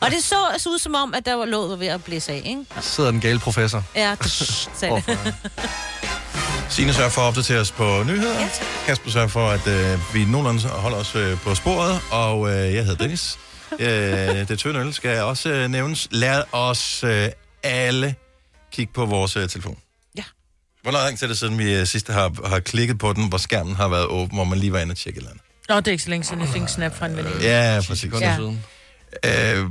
og det så altså ud som om, at der var låget var ved at blæse af, ikke?
Sidder den gale professor.
Ja, sagde det.
Signe sørger for at opdatere os på nyheder. Ja, Kasper sørger for, at øh, vi nogenlunde holder os øh, på sporet. Og øh, jeg hedder Dennis. øh, det tynde øl skal også øh, nævnes. Lad os øh, alle kigge på vores øh, telefon.
Ja.
Hvor lang tid er det siden, vi øh, sidst har, har klikket på den, hvor skærmen har været åben, hvor man lige var inde og tjekke et eller andet?
Nå, det er ikke så længe siden, jeg fik en snap fra en veninde.
Ja, præcis.
Ja.
Øh,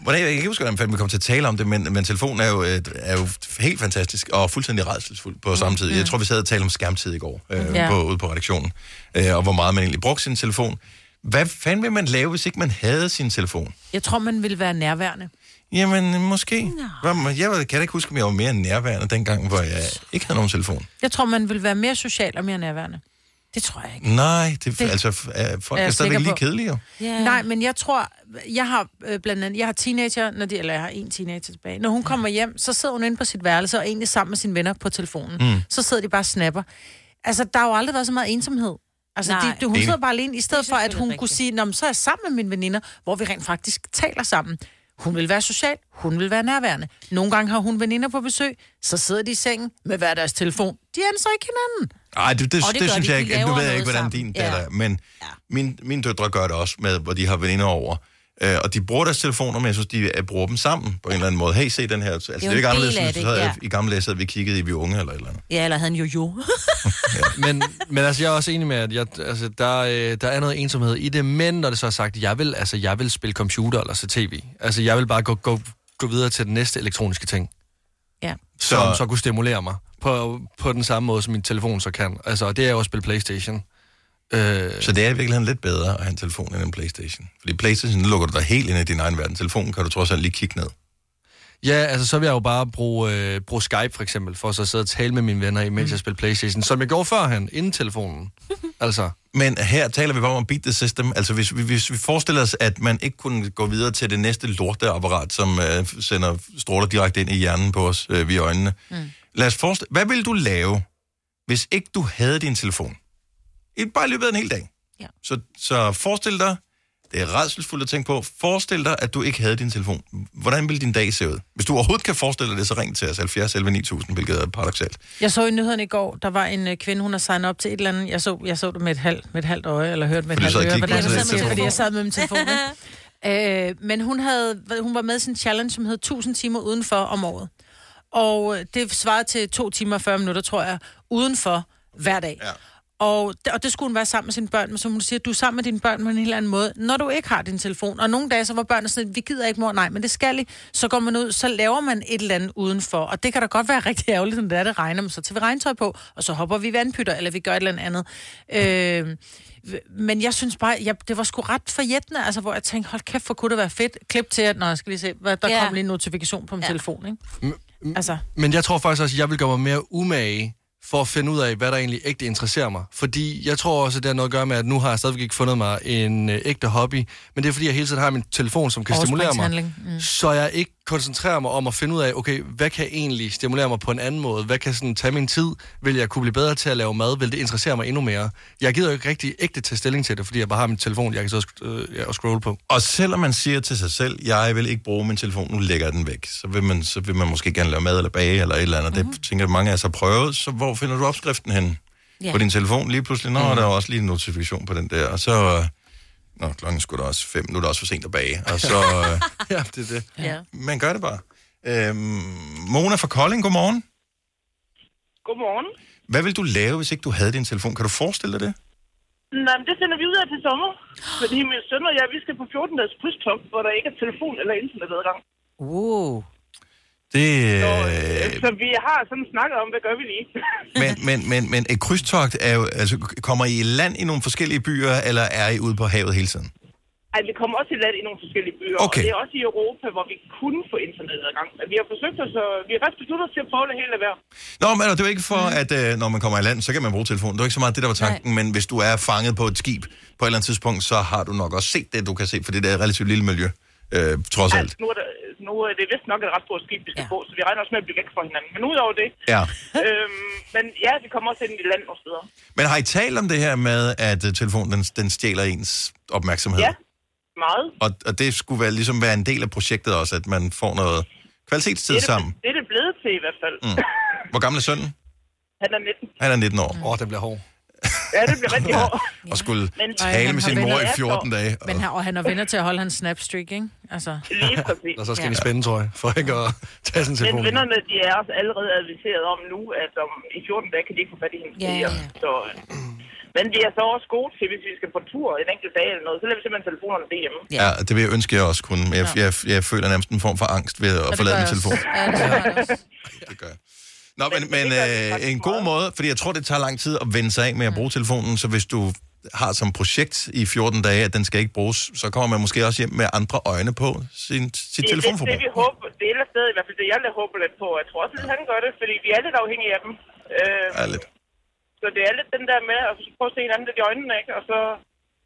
hvordan, jeg kan ikke huske, hvordan fanden vi kom til at tale om det, men, men telefonen er jo, øh, er jo helt fantastisk og fuldstændig redselsfuld på
Mm.
samme tid. Jeg tror, vi sad og talte om skærmtid i går øh,
Ja.
ja. på, ude på redaktionen, øh, og hvor meget man egentlig brugte sin telefon. Hvad fanden vil man lave, hvis ikke man havde sin telefon?
Jeg tror, man ville være nærværende.
Jamen, måske. Hvad- Jeg kan da ikke huske, om jeg var mere nærværende dengang, hvor jeg ikke havde nogen telefon.
Jeg tror, man ville være mere social og mere nærværende. Det tror jeg ikke.
Nej, det,
Det
det altså, øh, folk
er
er,
jeg
er
sikker
stadigvæk lige
på.
kedelige. jo.
Yeah. Nej, men jeg tror, jeg har øh, blandt andet, jeg har teenager, når de, eller jeg har en teenager tilbage. Når hun kommer hjem, så sidder hun inde på sit værelse og er egentlig sammen med sine venner på telefonen. Mm.
Mm.
Så sidder de bare og snapper. Altså, der har jo aldrig været så meget ensomhed. Altså,
Nej.
de, de, hun
Enig.
sidder bare alene, i stedet for, at hun kunne sige, Nå, men så er jeg sammen med mine veninder, hvor vi rent faktisk taler sammen. Hun vil være social, hun vil være nærværende. Nogle gange har hun veninder på besøg, så sidder de i sengen med hver deres telefon. De anser ikke hinanden.
Nej, det, det,
Og
det,
det gør
det synes
de.
jeg
De
ikke. Nu
laver
ved jeg ikke,
noget
hvordan
sammen.
din datter
Ja.
ja. er, men ja. min, mine døtre gør det også, med, hvor de har veninder over. Øh, og de bruger deres telefoner, men jeg synes, de øh, bruger dem sammen på en eller anden måde. Hey, se den her. Altså, det er
jo
jo ikke
en del
anderledes,
af
end
det,
det, havde,
ja.
ja. i gamle dage, så vi kiggede i Vi Unge eller et eller andet.
Ja, eller havde en jojo.
men, men altså, jeg er også enig med, at jeg, altså, der, øh, der er noget ensomhed i det, men når det så er sagt, jeg vil, altså, jeg vil spille computer eller se tv. Altså, jeg vil bare gå, gå, gå videre til den næste elektroniske ting,
Ja.
så... som så kunne stimulere mig på, på den samme måde, som min telefon så kan. Altså, og det er jo at spille Playstation. Øh,
Så det er i virkeligheden lidt bedre at have en telefon end en Playstation. Fordi Playstation den lukker du dig helt ind i din egen verden. Telefonen kan du trods alt lige kigge ned.
Ja, altså så vil jeg jo bare bruge, øh, bruge Skype for eksempel, for så at sidde og tale med mine venner, imens mm. jeg spiller Playstation, som jeg gjorde førhen, inden telefonen. altså,
Men her taler vi bare om beat the system. Altså hvis, vi- hvis vi forestiller os, at man ikke kunne gå videre til det næste lorteapparat, som øh, sender stråler direkte ind i hjernen på os øh, via øjnene. Mm. Lad os forestille, hvad ville du lave, hvis ikke du havde din telefon? I bare i løbet af en hel dag.
Ja.
Så, så forestil dig, det er redselsfuldt at tænke på, forestil dig, at du ikke havde din telefon. Hvordan ville din dag se ud? Hvis du overhovedet kan forestille dig det, så ring til os 70 11 9000, hvilket er paradoxalt.
Jeg så i nyhederne i går, der var en øh, kvinde, hun har signet op til et eller andet. Jeg så, jeg så det med et, halvt, med et halvt øje, eller hørte med et
Fordi du
halvt
sad og
øre.
kiggede
Hvordan
på
det
den
sad,
telefon.
fordi jeg sad med min telefon. ikke? øh, men hun, havde, hvad- hun var med i sin challenge, som hed 1000 timer udenfor om året. Og øh, det svarede til 2 timer og 40 minutter, tror jeg, udenfor hver dag. Ja. Og, det- og det skulle hun være sammen med sine børn, men som hun siger, du er sammen med dine børn på en helt anden måde, når du ikke har din telefon. Og nogle dage, så var børnene sådan, vi gider ikke mor, nej, men det skal I. Så går man ud, så laver man et eller andet udenfor. Og det kan da godt være rigtig ærgerligt, når det, er, det regner, men så tager vi regntøj på, og så hopper vi i vandpytter, eller vi gør et eller andet andet. Øh, men jeg synes bare, jeg, det var sgu ret forjættende, altså, hvor jeg tænkte, hold kæft, for kunne det være fedt. Klip til, at når jeg skal lige se, hvad, der
Ja.
kom lige en notifikation på min ja. telefon, ikke? Altså,
men jeg tror faktisk også, at jeg vil gøre mig mere umage for at finde ud af, hvad der egentlig ægte interesserer mig. Fordi jeg tror også, at det har noget at gøre med, at nu har jeg stadigvæk ikke fundet mig en øh, ægte hobby, men det er fordi, jeg hele tiden har min telefon, som kan stimulere mig.
overspringshandling. Mm.
Så jeg ikke koncentrere mig om at finde ud af, okay, hvad kan egentlig stimulere mig på en anden måde? Hvad kan sådan tage min tid? Vil jeg kunne blive bedre til at lave mad? Vil det interessere mig endnu mere? Jeg gider jo ikke rigtig ægte tage stilling til det, fordi jeg bare har min telefon, jeg kan så sk- øh, ja, og scrolle på.
Og selvom man siger til sig selv, jeg vil ikke bruge min telefon, nu lægger jeg den væk, så vil man, så vil man måske gerne lave mad eller bage eller et eller andet. Mm-hmm. Det tænker jeg, mange af os har prøvet, så hvor finder du opskriften hen?
Ja.
Yeah. På din telefon lige pludselig, nå, mm-hmm. der er også lige en notifikation på den der, og så... øh, Nå, klokken skulle da også fem, nu er det også for sent at bage, og så... øh,
ja, det er det.
Ja. Man gør det bare. Øhm, Mona fra Kolding, godmorgen.
Godmorgen.
Hvad vil du lave, hvis ikke du havde din telefon? Kan du forestille dig det?
Nå, men det finder vi ud af til sommer. Fordi min søn og jeg, vi skal på 14-dages krydstogt, hvor der ikke er telefon eller internetadgang. Uh.
Wow. Det, øh,
Så vi har sådan snakket om, hvad gør vi lige?
men, men, men, men et krydstogt er jo, altså, kommer I i land i nogle forskellige byer, eller er I ude på havet hele tiden?
Ej, vi kommer også i land i nogle forskellige byer,
Okay.
og det er også i Europa, hvor vi kunne få internetadgang. Men Vi har forsøgt os, og vi har ret besluttet os til at prøve det hele hver.
Nå, men altså, det er jo ikke for, at øh, når man kommer i land, så kan man bruge telefonen. Det var ikke så meget det, der var tanken, Nej. men hvis du er fanget på et skib på et eller andet tidspunkt, så har du nok også set det, du kan se, for det der er et relativt lille miljø, øh, trods alt.
Nu er, der, nu er det vist nok et ret stort skib, vi skal ja. på, så vi regner også med at blive væk fra hinanden. Men udover det,
Ja.
øhm, men ja, vi kommer også ind i land nogle steder.
Men har I talt om det her med, at øh, telefonen den, den stjæler ens opmærksomhed?
Ja, meget.
Og, og det skulle være, ligesom være en del af projektet også, at man får noget kvalitetstid
det, er
sammen.
Det, det er det blevet til i hvert fald.
Mm. Hvor gammel er sønnen?
Han er 19.
Han er 19 år. Åh, mm.
oh, den bliver hård.
Ja, det bliver rigtig hårdt.
Og skulle
Men- Ej,
tale
han
med
har
sin mor i
venner.
14 dage.
Men han, og han har venner til at holde hans snapstreak, ikke? Altså.
Og så skal ja. I spænde, tror jeg, for ikke at tage sin
Men
telefon.
vennerne, de er også allerede adviseret om nu, at om, i 14 dage kan de ikke få fat i hendes
Ja,
ja, ja. Så, øh, men vi er så også gode til, hvis vi skal på tur en enkelt dag eller noget, så lader vi simpelthen telefonerne blive hjemme.
Ja. ja, det vil jeg ønske, jeg også kunne. Men jeg,
Ja.
jeg, jeg føler nærmest en form for angst ved at forlade min telefon.
Altså,
Nå, men, men øh, en god måde, fordi jeg tror, det tager lang tid at vende sig af med at bruge telefonen, så hvis du har som projekt i 14 dage, at den skal ikke bruges, så kommer man måske også hjem med andre øjne på sin, sit
Det er lidt
telefonforbrug.
det, vi håber. Det er ellers stadig i hvert fald det, jeg lidt håber lidt på. Jeg tror også, at han gør det, fordi vi er lidt afhængige af dem. Øh,
Ja, lidt.
Så det er lidt den der med at prøve at se hinanden lidt i øjnene, ikke? og så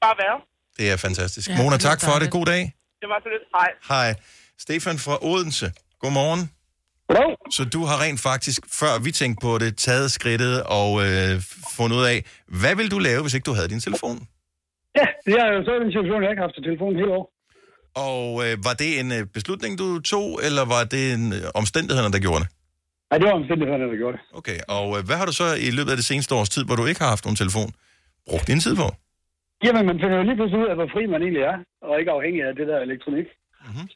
bare være.
Det er fantastisk.
Ja,
Mona,
det er
tak for det. God dag.
Det var så lidt. Hej.
Hej. Stefan fra Odense. Godmorgen. Goddag. Så du har rent faktisk, før vi tænkte på det, taget skridtet og øh, fundet ud af, hvad ville du lave, hvis ikke du havde din telefon?
Ja, det er jo så en situation, jeg ikke har haft til telefonen hele år.
Og øh, var det en øh, beslutning, du tog, eller var det en, øh, omstændighederne, der gjorde det?
Nej, det var omstændighederne, der gjorde det.
Okay, og øh, hvad har du så i løbet af det seneste års tid, hvor du ikke har haft nogen telefon, brugt din tid på?
Jamen, man finder jo lige pludselig ud af, hvor fri man egentlig er, og ikke afhængig af det der elektronik.
Mhm.
Mm-hmm.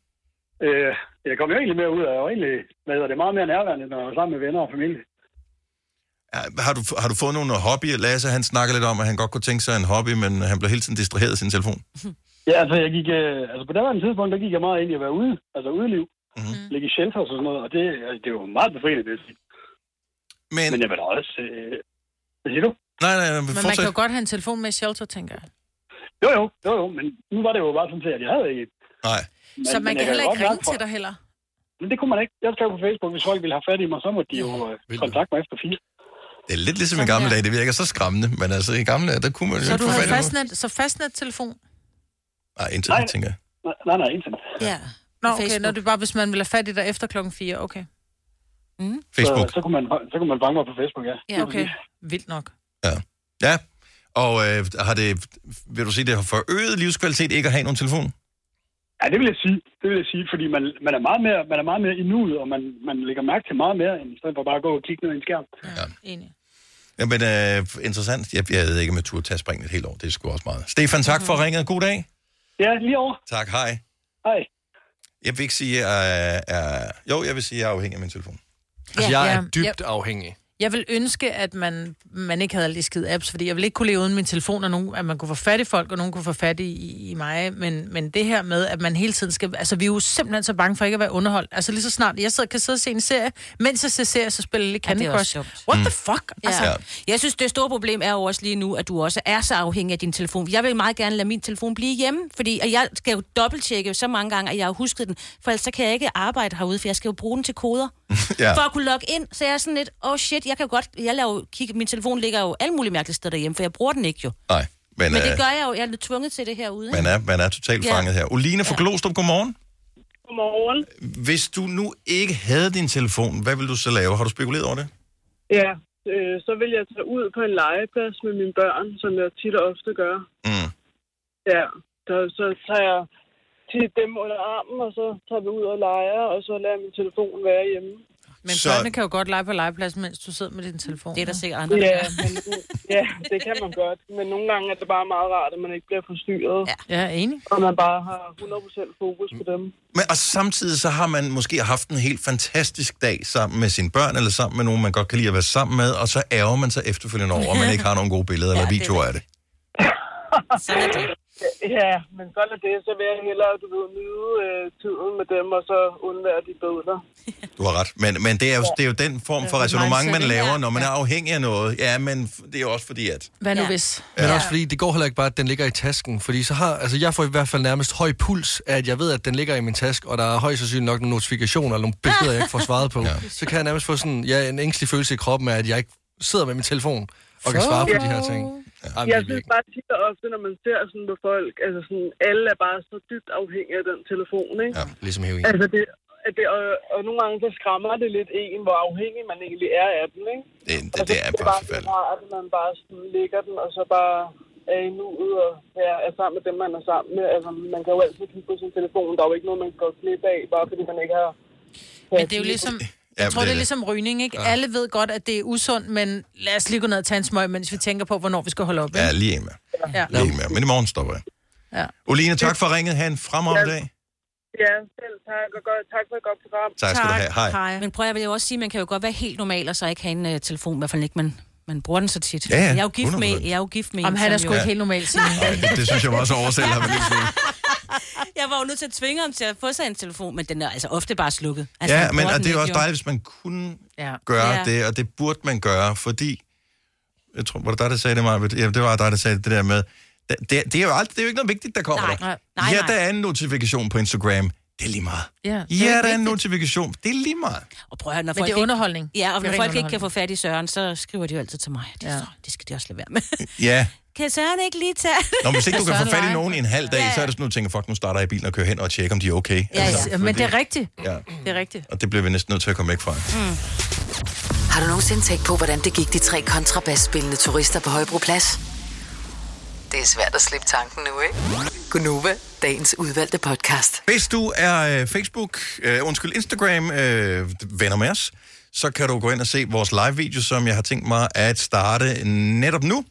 Øh, jeg kom jo egentlig mere ud af, og egentlig hvad hedder det, meget mere nærværende, når jeg var sammen med venner og familie.
Er- Har du, har du fået nogle hobbyer? Lasse, han snakker lidt om, at han godt kunne tænke sig en hobby, men han blev hele tiden distraheret af sin telefon.
Ja, altså, jeg gik, øh, altså på daværende tidspunkt, der gik jeg meget ind i at være ude, altså udeliv,
mm-hmm.
Mm.
ligge i shelters og sådan noget, og det, altså, det er jo meget befriende, det
Men,
Men jeg vil da også... Øh, hvad siger du?
Nej, nej, nej,
Men man kan jo godt have en telefon med i shelter, tænker jeg.
Jo, jo, jo, jo, men nu var det jo bare sådan set, at jeg havde ikke.
Nej.
Så man kan heller ikke ringe til dig heller.
Men det kunne man ikke. Jeg skrev på Facebook, hvis folk ville have fat i mig, så må de jo øh, kontakte mig efter fire.
Det er lidt ligesom i gamle dage, det virker så skræmmende, men altså i gamle dage, der kunne man jo
Så
ikke
du
få
havde
fat i nogen.
fastnet, så fastnet-telefon?
Nej, internet, tænker jeg.
Nej, nej, nej, internet.
Ja. Nå, okay, når det er bare, hvis man vil have fat i dig efter klokken 4, okay. Mm.
Facebook.
Så, så, kunne man, så kunne man bange mig på Facebook, ja.
Ja, okay. Vildt nok.
Ja, og øh, har det, vil du sige, det har forøget livskvalitet ikke at have nogen telefon?
Ja, det vil jeg sige. Det vil jeg sige, fordi man, man er meget mere, man er meget mere i nuet, og man, man lægger mærke til meget mere, end i stedet for bare at gå og kigge ned i en skærm.
Enig.
Ja, men øh, interessant. Jeg, jeg ved ikke, om jeg turde tage springet et helt år. Det er sgu også meget. Stefan, tak for ringet. God dag.
Ja, lige over.
Tak, hej.
Hej.
Jeg vil ikke sige, at jeg er, er... Jo, jeg vil sige, at jeg er afhængig af min telefon.
Altså, Ja, jeg er ja. dybt Ja.
afhængig.
Jeg vil ønske, at man, man ikke havde alle de skide apps, fordi jeg vil ikke kunne leve uden min telefon, og nogen, at man kunne få fat i folk, og nogen kunne få fat i, i, i mig. Men, men det her med, at man hele tiden skal... Altså, vi er jo simpelthen så bange for ikke at være underholdt. Altså, lige så snart jeg sidder, kan sidde og se en serie, mens jeg ser serie, så spiller jeg lidt
Ja, det
Candy
er også
Crush. What the fuck?
Ja.
Altså,
Altså, Jeg synes, det store problem er jo også lige nu, at du også er så afhængig af din telefon. Jeg vil meget gerne lade min telefon blive hjemme, fordi og jeg skal jo dobbelttjekke så mange gange, at jeg har husket den, for ellers så kan jeg ikke arbejde herude, for jeg skal jo bruge den til koder.
Ja.
For at kunne logge ind, så jeg er sådan lidt, oh shit, jeg kan jo godt, jeg laver, jo- kigge, min telefon ligger jo alle mulige mærkelige steder derhjemme, for jeg bruger den ikke jo.
Nej, men,
Men, Men det
øh,
gør jeg jo, jeg er lidt tvunget til det herude.
man, er, man er totalt
Ja.
fanget her. Oline fra Glostrup, godmorgen.
Godmorgen.
Hvis du nu ikke havde din telefon, hvad ville du så lave? Har du spekuleret over det?
Ja, øh, så vil jeg tage ud på en legeplads med mine børn, som jeg tit og ofte gør.
Mm.
Ja, der, så tager jeg tit dem under armen, og så tager vi ud og leger, og så lader jeg min telefon være hjemme.
Men
Så-
så... børnene kan jo godt lege på legepladsen, mens du sidder med din telefon. Det er der sikkert
Ja, men, ja, det kan man godt. Men nogle gange er det bare meget rart, at man ikke bliver forstyrret. Ja,
jeg er enig.
Og man bare har 100% fokus på dem.
Men, og samtidig så har man måske haft en helt fantastisk dag sammen med sine børn, eller sammen med nogen, man godt kan lide at være sammen med, og så ærger man sig efterfølgende over, at man ikke har nogen gode billeder eller videoer af det.
Sådan er det. Ja, men sådan er det. Så vil jeg hellere, du ved, nyde øh, tiden med dem, og så undvære de bøder.
Du har ret. Men, men det, er jo, det er jo den form for
Ja,
resonemang, man
mindset, ikke?
laver, når man er afhængig af noget. Ja, men f- det er jo også fordi, at...
Hvad nu ja. hvis?
Men også fordi, det går heller ikke bare, at den ligger i tasken. Fordi så har, altså jeg får i hvert fald nærmest høj puls af, at jeg ved, at den ligger i min taske, og der er højst sandsynligt nok nogle notifikationer eller nogle billeder, jeg ikke får svaret på. Ja. Så kan jeg nærmest få sådan, ja, en ængstelig følelse i kroppen af, at jeg ikke sidder med min telefon og kan svare på de her ting. Ja. Ej, men
jeg
det
synes bare tit og ofte, når man ser sådan på folk, altså sådan, alle er bare så dybt afhængige af den telefon, ikke?
er ligesom heroin.
Altså det, at det og, og nogle gange så skræmmer det lidt en, hvor afhængig man egentlig er af den, ikke?
Det,
det, det er bare så rart, at man bare sådan ligger den, og så bare er i nuet og ja, er sammen med dem, man er sammen med. Altså, man kan jo altid kigge på sin telefon. Der er jo ikke noget, man går glip af, bare fordi man ikke har...
Men det er jo ligesom... Jeg tror, det er ligesom rygning, ikke?
Ja.
Alle ved godt, at det er usundt, men lad os lige gå ned og tage en smøg, mens vi tænker på, hvornår vi skal holde op. ikke?
Ja, lige med.
Ja.
Lige med. Men i morgen stopper jeg.
Ja.
Oline, tak for ringet. Ha' en fremragende dag.
Ja, selv tak, og godt, tak for et godt program.
Tak skal du have. Hej.
Men prøv at jeg vil jo også sige, at man kan jo godt være helt normal, og så ikke have en uh, telefon, i hvert fald ikke, man, man bruger den så tit.
Ja, ja,
jeg er jo gift med,
100%.
jeg er jo gift med
Jamen,
en,
han er
som
sgu
jo-
ikke helt normal, Signe.
Nej, det, det synes jeg var også oversælger ham en lille smule.
Jeg var jo nødt til at tvinge ham til at få sig en telefon, men den er altså ofte bare slukket. Altså,
Ja,
han
men og
bruger den
det er jo
ikke,
også
jo.
dejligt, hvis man kunne
Ja.
gøre
Ja.
det, og det burde man gøre, fordi... Jeg tror, var det dig, der sagde det, Maja? Ja, det var dig, der sagde det der med... Det, det, det, er jo alt, det er jo ikke noget vigtigt, der kommer
Nej,
der.
nej, nej,
ja,
nej.
der er en notifikation på Instagram. Det er lige meget.
Ja,
Ja, der er en notifikation. Det er lige meget.
Og prøv at høre, når
Men
folk
det er underholdning.
Ikke, ja, og
Det
når
er ren
folk ikke kan
underholdning.
få fat i Søren, så skriver de jo altid til mig. Det, ja. det skal de også lade være med.
Ja.
Kan Søren ikke lige tage...
Nå, men hvis ikke du kan
Søren
få fat i
leger.
nogen i en halv dag, så er det sådan, at du tænker, fuck, nu starter jeg i bilen og kører hen og tjekker, om de er okay.
Ja, ja. Men det er rigtigt.
Ja,
Det er rigtigt. Mm.
og det bliver vi næsten nødt til at komme væk fra.
Har du nogensinde tænkt på, hvordan det gik de tre kontrabasspillende turister på Højbroplads? Det er svært at slippe tanken nu, ikke? Gunova, dagens udvalgte podcast.
Hvis du er øh, Facebook, øh, undskyld, Instagram øh, venner med os, så kan du gå ind og se vores live-video, som jeg har tænkt mig at starte netop nu.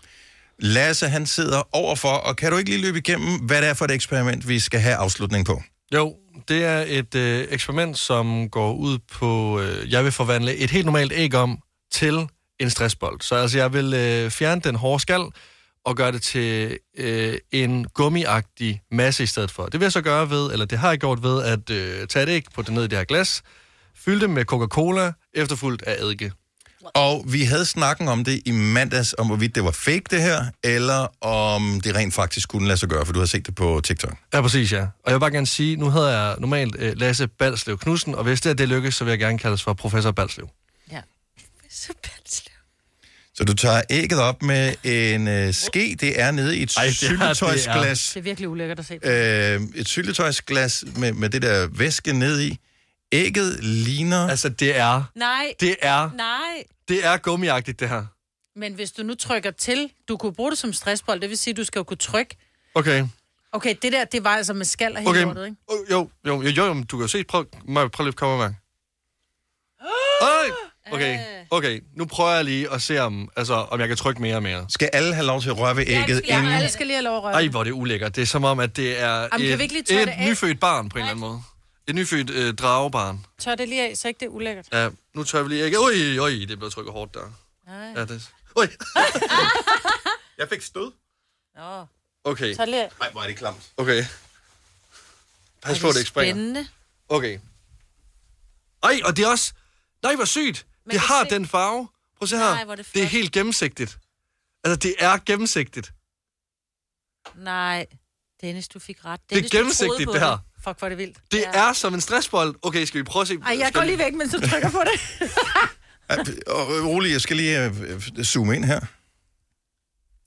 Lasse, han sidder overfor, og kan du ikke lige løbe igennem, hvad det er for et eksperiment, vi skal have afslutning på?
Jo, det er et øh, eksperiment, som går ud på, øh, jeg vil forvandle et helt normalt æg om til en stressbold. Så altså, jeg vil øh, fjerne den hårde skal og gøre det til øh, en gummiagtig masse i stedet for. Det vil jeg så gøre ved, eller det har jeg gjort ved, at øh, tage et æg, putte det ned i det her glas, fylde det med Coca-Cola, efterfulgt af eddike.
Og vi havde snakken om det i mandags, om hvorvidt det var fake det her, eller om det rent faktisk kunne lade sig gøre, for du har set det på TikTok.
Ja, præcis, ja. Og jeg vil bare gerne sige, nu hedder jeg normalt øh, Lasse Balslev Knudsen, og hvis det er det lykkes, så vil jeg gerne kaldes for Professor Balslev.
Så du tager ægget op med en øh, ske, det er nede i et
Ej, det er- det er-
syltetøjsglas.
Det er virkelig ulækkert at se.
øh, et syltetøjsglas med, med det der væske ned i. Ægget ligner...
Altså, det er...
Nej.
Det er...
Nej.
Det er gummiagtigt, det her.
Men hvis du nu trykker til, du kunne bruge det som stressbold, det vil sige, at du skal jo kunne trykke.
Okay.
Okay, det der, det var altså med skal og helt
Okay.
okay. lortet, ikke?
Oh, jo, jo, jo, jo, men du kan jo se. Prøv, Maja, prøv lige at komme med. Øj! Okay,
Ah.
okay. Nu prøver jeg lige at se, om, altså, om jeg kan trykke mere og mere.
Skal alle have lov til at røre ved ægget
Ja, men alle skal lige have lov at røre.
Ej, hvor er det ulækkert. Det er som om, at det er
kan vi
et,
ikke lige tørre
et
det af?
nyfødt barn på en eller anden måde. Et nyfødt øh, dragebarn.
Tør det lige af, så ikke det er ulækkert.
Ja, nu tør vi lige ikke. Oj, oj, det blev trykket hårdt der.
Nej.
Ja, det. Oj. jeg fik stød.
Nå.
Okay.
Tør lige af.
Nej, hvor er det klamt.
Okay. Pas på, det ikke springer.
Spændende.
Okay. Ej, og det er også... Nej, hvor sygt.
Man
det
kan
har
se-
den farve. Prøv at se her.
Nej, hvor er det
det er helt gennemsigtigt. Altså, det er gennemsigtigt.
Nej. Dennis, du fik ret.
Det er
Dennis, du troede
gennemsigtigt,
på
det her.
Fuck, hvor er det vildt.
Det ja. er som en stressbold. Okay, skal vi prøve at se...
Ej, jeg
skal
går
vi-
lige væk, mens du trykker på det.
Ja, og, øh, rolig, jeg skal lige øh, øh, zoome ind her.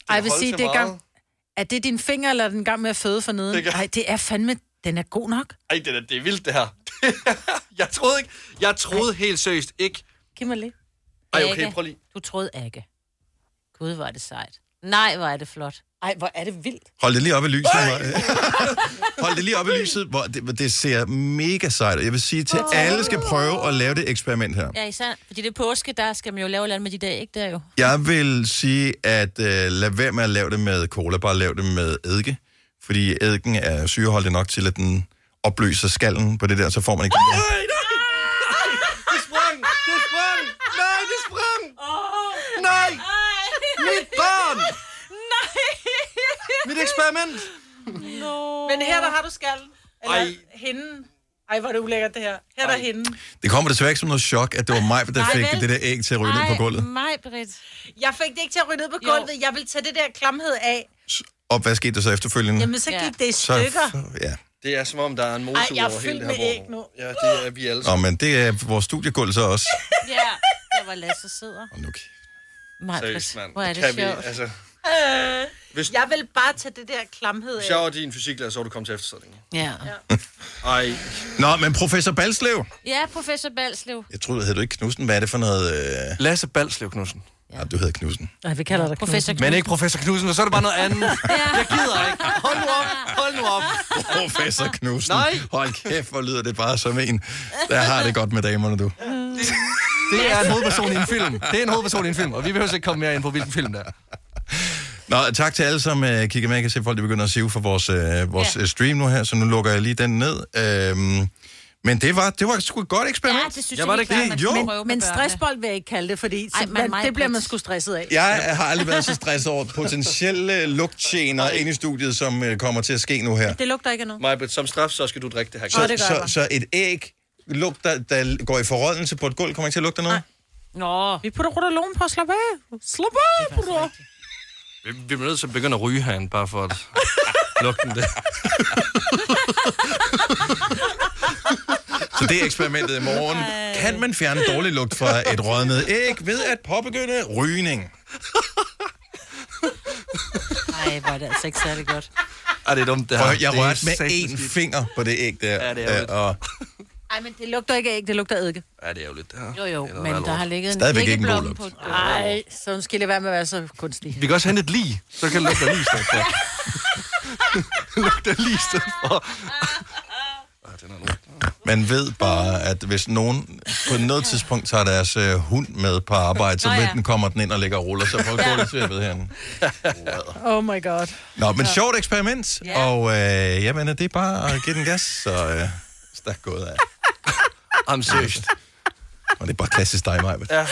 Ej, jeg vil
holde
sige,
til
det er gang...
meget.
Er det din finger, eller er den gang med at føde for neden?
Det gør-
Nej, det er fandme... Den er god nok.
Ej, det er, det er vildt, det her. jeg troede ikke. Jeg troede helt seriøst ikke.
Giv mig lidt.
Ej, okay,
Agge.
prøv lige.
Du troede ikke. Gud, hvor er det sejt. Nej, hvor er det flot. Ej, hvor er det vildt.
Hold det lige op i lyset. Maja. Hold det lige op i lyset, hvor det, hvor det ser mega sejt. ud. Jeg vil sige til, at alle skal prøve at lave det eksperiment her.
Ja, især, fordi det er påske, der skal man jo lave et eller andet med de dage, ikke? Der jo.
Jeg vil sige, at øh, lad være med at lave det med cola, bare lav det med eddike. Fordi eddiken er syreholdig nok til, at den opløser skallen på det der, så får man ikke... den der-
Det
sprang! Det sprang! Nej, det sprang! Nej! Mit barn!
Nej!
Mit eksperiment!
No. Men her der har du skallen. Eller
Ej.
Ej. hende. Ej, hvor er det ulækkert det her. Her er der hende.
Det kommer desværre ikke som noget chok, at det var mig, der
Nej,
fik
vel?
det der æg til at ryge ned på gulvet.
Nej, Britt. Jeg fik det ikke til at ryge ned på gulvet. Jeg ville tage det der klamhed af.
Og hvad skete der så efterfølgende?
Jamen, så gik det i
Så-
stykker.
Ja.
Det er som om, der er en mose
Ej, jeg er
over hele
fyldt
det
med
her
æg
bord.
nu.
Ja, det er vi alle
Nå, men det er vores studiegulv så også.
Ja, der var Lasse sidder.
Okay.
Nej,
Seriøst, mand.
hvor er det
Kan vi-
sjovt.
altså-
Øh,
Hvis-
Jeg vil bare tage det der klamhed
Hvis
af.
jeg var din fysiklærer, så var du kommet til eftersætningen.
Ja.
Ej.
Nå, men professor Balslev.
Ja, professor Balslev.
Jeg troede, hed du ikke Knudsen? Hvad er det for noget... Øh...
Lasse Balslev Knudsen.
Ja, du hedder Knudsen.
Nej, vi kalder dig
Professor
Men ikke professor Knudsen, og så er det bare noget andet. Jeg gider ikke. Hold nu op, hold nu op.
Professor Knudsen.
Nej.
Hold kæft, hvor lyder det bare som en, der har det godt med damerne, du.
Det er en hovedperson i en film. Det er en hovedperson i en film, og vi behøver ikke komme mere ind på, hvilken film det er.
Nå, tak til alle, som øh, kigger med. Jeg kan se, at folk de begynder at sive for vores, øh, vores ja. stream nu her, så nu lukker jeg lige den ned. Øhm, men det var, det var sgu et godt eksperiment. var det ikke det? Jo.
Men, men stressbold vil jeg ikke kalde det, fordi Ej,
Ej, men
man,
mig,
det bliver
Britt.
man sgu stresset af.
Jeg har aldrig været så stresset over potentielle lugtgener inde i studiet, som øh, kommer til at ske nu her.
Det lugter ikke af noget.
Majbrit, som straf, så skal du drikke det her.
Så, så, så et æg, lugter, der går i forrådnelse på et gulv, kommer ikke til at lugte af noget?
Nå.
Vi putter rullerloven på, slap af. Slap af, bror.
Vi, vi bliver nødt til at begynde at ryge herinde, bare for at lukke den der.
Så det er eksperimentet i morgen. Kan man fjerne dårlig lugt fra et rådnet æg ved at påbegynde rygning?
Nej, var det altså ikke særlig godt.
Ej, det er dumt, det her.
Prøv, jeg
Det er
rørte med
satme
én
skidt.
finger på det æg der.
Ja, det er ærgerligt.
Øh, og
Ej, men det lugter ikke af æg, det lugter af eddike.
Ja, det er jo lidt det her.
Jo, jo,
Det er noget
men
værre
der
lort.
har ligget en
Stadigvæk ikke en god
æggeblomme på Nej, så nu skal det være med at være så kunstig.
Vi kan også hente et lig, så kan det lugte af lig i stedet for. lugte af lig i stedet for.
man ved bare, at hvis nogen på noget tidspunkt tager deres øh, hund med på arbejde, så
Nå,
ved
ja.
den kommer den ind og ligger og ruller sig på gulvet til ved herinde.
Oh my god.
Nå, men sjovt eksperiment,
Ja.
og øh, jamen, det er bare at give den gas, så øh, stak gået af.
Jamen, seriøst.
Og det er bare klassisk dig, Maja.
Ja,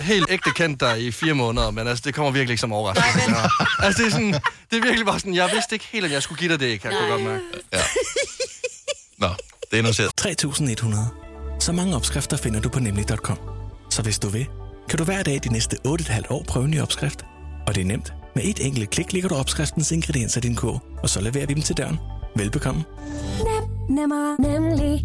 helt ægte kendt dig i fire måneder, men altså, det kommer virkelig ikke som overraskelse. det her. altså, det er, sådan, det er virkelig bare sådan, jeg vidste ikke helt, at jeg skulle give dig det, ikke? Jeg kunne godt mærke.
Nå, det er noteret.
3.100. Så mange opskrifter finder du på nemlig.com. Så hvis du vil, kan du hver dag de næste 8,5 år prøve en ny opskrift. Og det er nemt. Med et enkelt klik ligger du opskriftens ingredienser i din kog, og så leverer vi dem til døren. Velbekomme.
Nemmer, nemlig.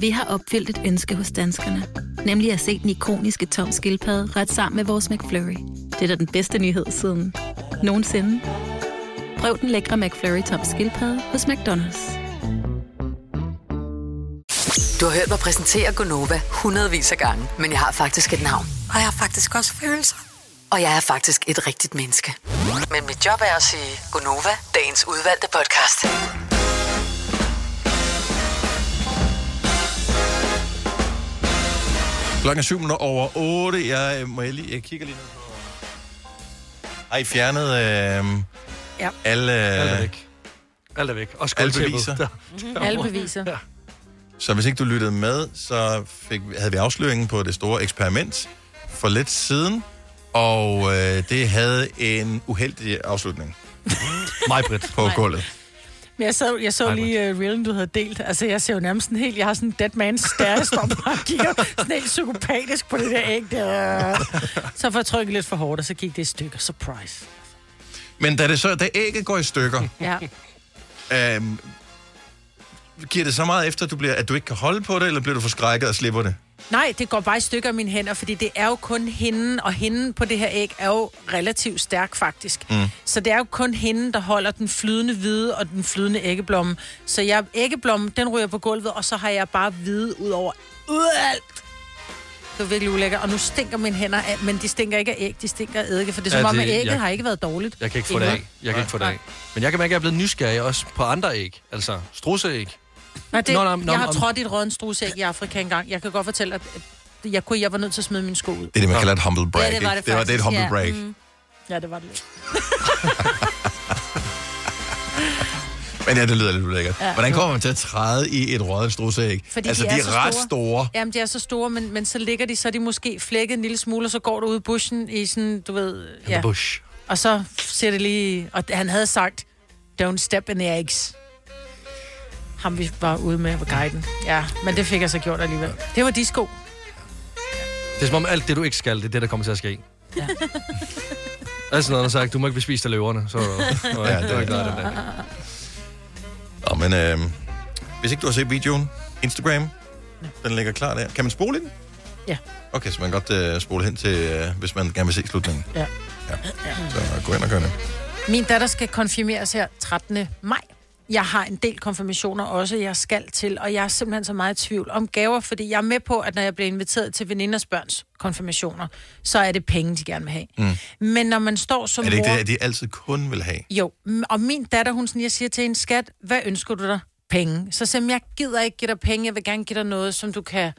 Vi har opfyldt et ønske hos danskerne. Nemlig at se den ikoniske tom skildpadde ret sammen med vores McFlurry. Det er da den bedste nyhed siden nogensinde. Prøv den lækre McFlurry tom skildpadde hos McDonald's.
Du har hørt mig præsentere Gonova hundredvis af gange, men jeg har faktisk et navn. Og jeg har faktisk også følelser. Og jeg er faktisk et rigtigt menneske. Men mit job er at sige Gonova, dagens udvalgte podcast.
Klokken er syv minutter over 8. Jeg, øh, må jeg, lige, jeg kigger lige ned på... Har I fjernet øh,
ja.
alle...
Alt er væk. Alt er væk. Og
Alle
skåltæppet.
beviser.
Der- derovre.
Mhm. Alle beviser. Ja.
Så hvis ikke du lyttede med, så fik, havde vi afsløringen på det store eksperiment for lidt siden. Og øh, det havde en uheldig afslutning.
Mig, Britt.
På gulvet.
Men jeg så, jeg så lige uh, reelen, du havde delt. Altså, jeg ser jo nærmest en helt... Jeg har sådan en dead man stær, der står bare og kigger sådan helt psykopatisk på det der æg der. Så får jeg trykket lidt for hårdt, og så gik det i stykker. Surprise.
Men da, det så, da ægget går i stykker,
Ja.
øh,
Mm.
giver det så meget efter, at du, bliver, at du ikke kan holde på det, eller bliver du forskrækket og slipper det?
Nej, det går bare i stykker af mine hænder, fordi det er jo kun hinden, og hinden på det her æg er jo relativt stærk faktisk.
Mm.
Så det er jo kun hinden, der holder den flydende hvide og den flydende æggeblomme. Så jeg, æggeblommen, den ryger på gulvet, og så har jeg bare hvide ud over alt. Det var virkelig ulækkert. Og nu stinker mine hænder af, men de stinker ikke af æg, de stinker af eddike. For det er som
Ja,
om,
det-
at ægget
jeg-
har ikke været dårligt.
Jeg kan ikke få det af. Jeg kan ikke få det af. Men jeg kan mærke, at jeg er blevet nysgerrig også på andre æg. Altså strusseæg.
Nej, det,
Nå,
nå,
nå,
nå,
nå,
jeg har
om-
trådt i et rådent strusæg i Afrika engang. Jeg kan godt fortælle, at at jeg, kunne, jeg var nødt til at smide min sko ud.
Det er det, man kalder et humble brag.
Ja, det var det,
ikke? det, var, det er et
faktisk,
humble
ja.
brag.
Mm. Ja, det var det lidt.
Men ja, det lyder lidt ulækkert.
Ja.
Hvordan kommer man til at træde i et røget strusæg?
Fordi
altså, de er,
så
ret store.
Jamen, de er så store, men, men så ligger de, så er de måske flækket en lille smule, og så går du ud i buschen i sådan, du ved...
Ja. Bush.
Og så ser det lige... Og han havde sagt, don't step in the eggs. Ham vi var ude med på guiden. Ja, men det fik jeg så gjort alligevel. Det var de sko.
Det er som om alt det, du ikke skal, det er det, der kommer til at ske.
Ja.
Altså noget, der har sagt, du må ikke bespise af løverne. Så, Nå,
Ja, det er
ikke noget af det.
rigtigt. Nå, men øh, hvis ikke du har set videoen, Instagram, den ligger klar der. Kan man spole i den?
Ja.
Okay, så man kan godt øh, spole hen til, øh, hvis man gerne vil se slutningen.
Ja.
ja. Så gå ind og gør det.
Min datter skal konfirmeres her 13. maj. Jeg har en del konfirmationer også, jeg skal til, og jeg er simpelthen så meget i tvivl om gaver, fordi jeg er med på, at når jeg bliver inviteret til veninders børns konfirmationer, så er det penge, de gerne vil have.
Mm.
Men når man står som
er det ikke
mor...
det, at de altid kun vil have?
Jo, m- og min datter, hun sådan, jeg siger til en skat, hvad ønsker du dig? Penge. Så siger jeg, jeg gider ikke give dig penge, jeg vil gerne give dig noget, som du kan,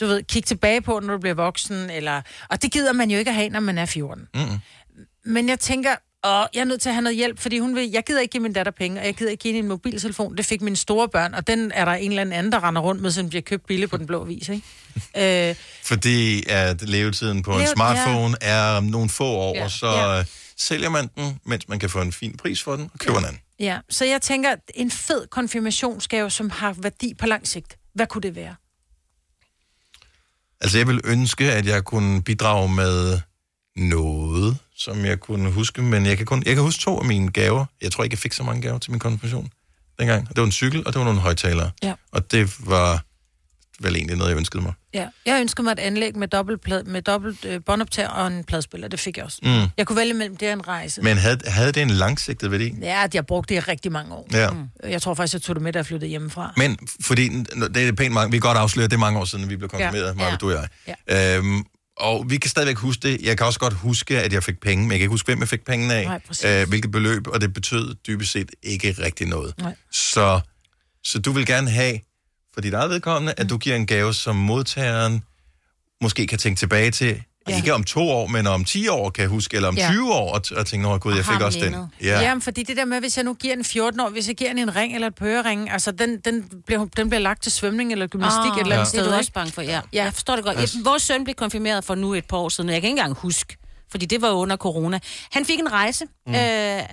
du ved, kigge tilbage på, når du bliver voksen, eller... Og det gider man jo ikke at have, når man er 14.
Mm.
Men jeg tænker, åh, jeg er nødt til at have noget hjælp, fordi hun vil, jeg gider ikke give min datter penge, og jeg gider ikke give hende en mobiltelefon. Det fik mine store børn, og den er der en eller anden, der render rundt med, så den bliver købt billigt på den blå vis, ikke? øh,
Fordi at levetiden på en
Levet-
smartphone er om nogle få år,
Ja.
ja. så
Ja.
øh, sælger man den, mens man kan få en fin pris for den, og køber ja. en anden.
Ja, så jeg tænker, at en fed konfirmationsgave, som har værdi på lang sigt. Hvad kunne det være?
Altså, jeg ville ønske, at jeg kunne bidrage med noget, som jeg kunne huske, men jeg kan, kun, jeg kan huske to af mine gaver. Jeg tror ikke, jeg fik så mange gaver til min konfirmation dengang. Det var en cykel, og det var nogle højtalere.
Ja.
Og det var vel egentlig noget, jeg ønskede mig.
Ja, jeg ønskede mig et anlæg med dobbelt, plad, med dobbelt øh, båndoptager og en pladspiller. Det fik jeg også.
Mm.
Jeg kunne vælge mellem det og en rejse.
Men havde, havde det en langsigtet værdi?
Ja, at jeg brugte det i rigtig mange år.
Ja.
Mm. Jeg tror faktisk, jeg tog det med, da jeg flyttede hjemmefra.
Men fordi, n- det er pænt mange, vi kan godt afsløre, det er mange år siden, vi blev konfirmeret,
Ja.
ja. Maja,
Ja.
du og jeg. Ja. Øhm, og vi kan stadigvæk huske det. Jeg kan også godt huske, at jeg fik penge, men jeg kan ikke huske, hvem jeg fik pengene af,
Nej, præcis.
øh, hvilket beløb, og det betød dybest set ikke rigtig noget.
Nej.
Så, så du vil gerne have, for dit eget vedkommende,
Mm.
at du giver en gave, som modtageren måske kan tænke tilbage til, ja.
Ja.
ikke om to år, men om 10 år kan jeg huske, eller om
Ja.
ja. 20 år, og, t- og tænke, nå gud, jeg
Har
fik også den.
mindet. Jamen, fordi det der med, hvis jeg nu giver en 14 år, hvis jeg giver hende en ring eller et pørering, altså den, den, bliver, den bliver lagt til svømning eller gymnastik oh, et eller andet
ja.
sted.
Ah, Det er du
ikke?
også bange for, ja. ja. Jeg forstår det godt. Jeg,
Altså-
vores søn blev konfirmeret for nu et par år siden, og jeg kan ikke engang huske, fordi det var jo under corona. Han fik en rejse
Mm.
mm. øh,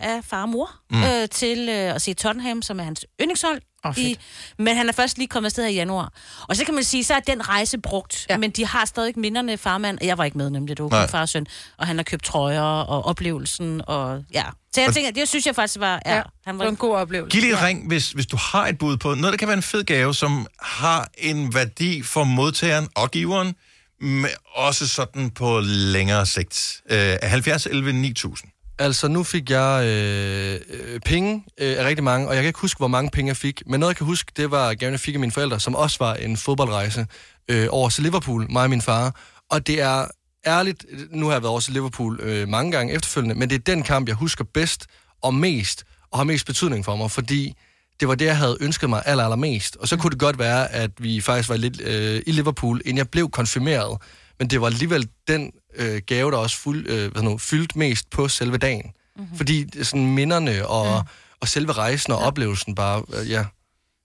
af far og mor
Mm.
mm. øh, til øh, at se Tottenham, som er hans yndlingshold.
Åh,
i, men han er først lige kommet afsted her i januar. Og så kan man sige, så er den rejse brugt, ja. men de har stadig minderne farmand. Jeg var ikke med nemlig, det var
Nej.
kun far og søn. Og han har købt trøjer og oplevelsen, og ja. Så jeg
Og-
tænker, det synes jeg faktisk var... Ja, ja han var
det var en god oplevelse.
Giv lige et ring, hvis, hvis du har et bud på noget, der kan være en fed gave, som har en værdi for modtageren og giveren, men også sådan på længere sigt. Øh, 70 11 9000.
Altså, nu fik jeg øh, øh, penge øh, af rigtig mange, og jeg kan ikke huske, hvor mange penge jeg fik. Men noget, jeg kan huske, det var gaven, jeg fik af mine forældre, som også var en fodboldrejse øh, over til Liverpool, mig og min far. Og det er ærligt, nu har jeg været over til Liverpool øh, mange gange efterfølgende, men det er den kamp, jeg husker bedst og mest, og har mest betydning for mig, fordi det var det, jeg havde ønsket mig aller, allermest. Og så kunne det godt være, at vi faktisk var lidt øh, i Liverpool, inden jeg blev konfirmeret. Men det var alligevel den øh, gave, der også fuld, øh, hvad nu, fyldt mest på selve dagen.
Mhm.
Mm-hmm. Fordi det er sådan minderne og, mm. og selve rejsen og ja. oplevelsen bare, øh, ja.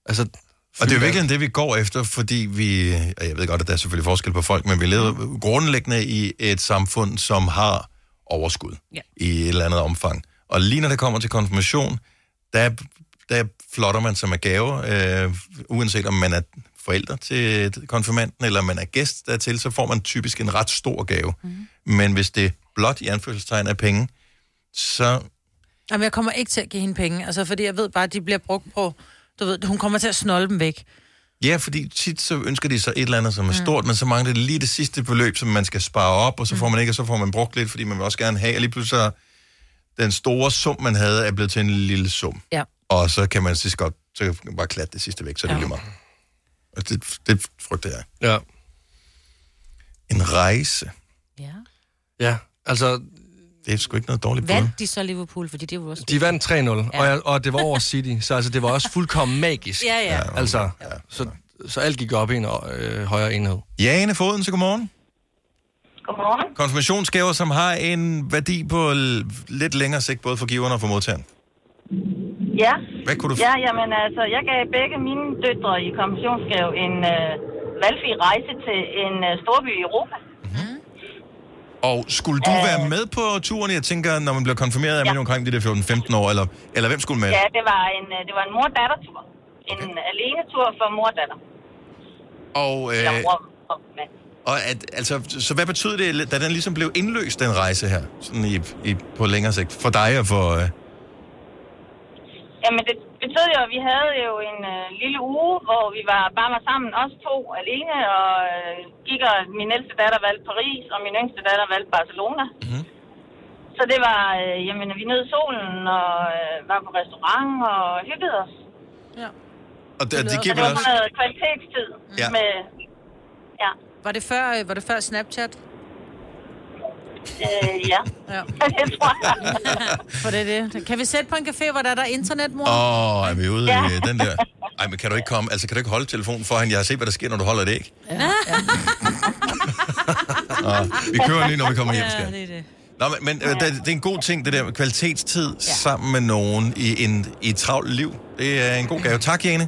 Altså,
Og det er jo virkelig det, vi går efter, fordi vi, og jeg ved godt, at der er selvfølgelig forskel på folk, men vi lever grundlæggende i et samfund, som har overskud
Ja.
i et eller andet omfang. Og lige når det kommer til konfirmation, der, der flotter man sig med gaver, øh, uanset om man er forældre til konfirmanden, eller man er gæst dertil, så får man typisk en ret stor gave. Mm. Men hvis det blot i anførselstegn er penge, så
Jamen, jeg kommer ikke til at give hende penge, altså, fordi jeg ved bare, at de bliver brugt på... Du ved, hun kommer til at snolde dem væk.
Ja, fordi tit så ønsker de sig et eller andet, som er stort, mm. men så mangler det lige det sidste beløb, som man skal spare op, og så får man ikke, og så får man brugt lidt, fordi man vil også gerne have, og lige pludselig så den store sum, man havde, er blevet til en lille sum.
Ja.
Og så kan man sidst godt, så kan man bare klatte det sidste væk, så er det ja. lige meget. Og det, det frygter jeg.
Ja.
En rejse.
Ja, altså...
Det er sgu ikke noget dårligt bud.
Vandt de så Liverpool? Fordi det var også...
De vandt 3-0, ja. og, jeg, og det var over City, så altså, det var også fuldkommen magisk.
Ja, ja.
Altså, ja, så, så alt gik op i en øh, højere enhed.
Jane Foden, så godmorgen.
Godmorgen.
Konfirmationsgaver, som har en værdi på l- lidt længere sigt, både for giveren og for modtageren.
Ja.
Hvad kunne du f-
Ja, jamen altså, jeg gav begge mine døtre i konfirmationsgave en øh, valgfri rejse til en øh, storby i Europa.
Og skulle du være med på turen? Jeg tænker, når man bliver konfirmeret, er man jo omkring de der 14-15 år, eller, eller hvem skulle med?
Ja, det var en, øh, det var en mor-datter-tur. En okay. alene-tur for mor-datter.
Og,
Eller
øh,
mor og mand.
og at, altså, så hvad betyder det, da den ligesom blev indløst, den rejse her, sådan i, i, på længere sigt, for dig og for... Øh,
Jamen, det betød jo, at vi havde jo en øh, lille uge, hvor vi var bare var sammen, os to alene, og øh, gik og min ældste datter valgte Paris, og min yngste datter valgte Barcelona.
Mhm.
Mm-hmm. Så det var, øh, jamen, vi nød solen, og øh, var på restaurant, og hyggede os.
Ja.
og det, det
Så
giver
det
vel
var
også...
sådan noget kvalitetstid
Ja.
ja. med, ja,
Var det før, øh, var det før Snapchat?
øh, ja.
ja.
det tror jeg.
For det er det. Kan vi sætte på en café, hvor der er der internet, mor?
Åh, oh, er vi ude
Ja.
i øh, den der... Ej, men kan du ikke komme... Altså, kan du ikke holde telefonen for hende? Jeg har set, hvad der sker, når du holder det, ikke?
Ja.
Og Ah, vi kører lige, når vi kommer hjem, skal.
Ja, det er det.
Nå, men, men ja. det, det er en god ting, det der med kvalitetstid ja. sammen med nogen i, en, i et travlt liv. Det er en god gave. Tak, Jane,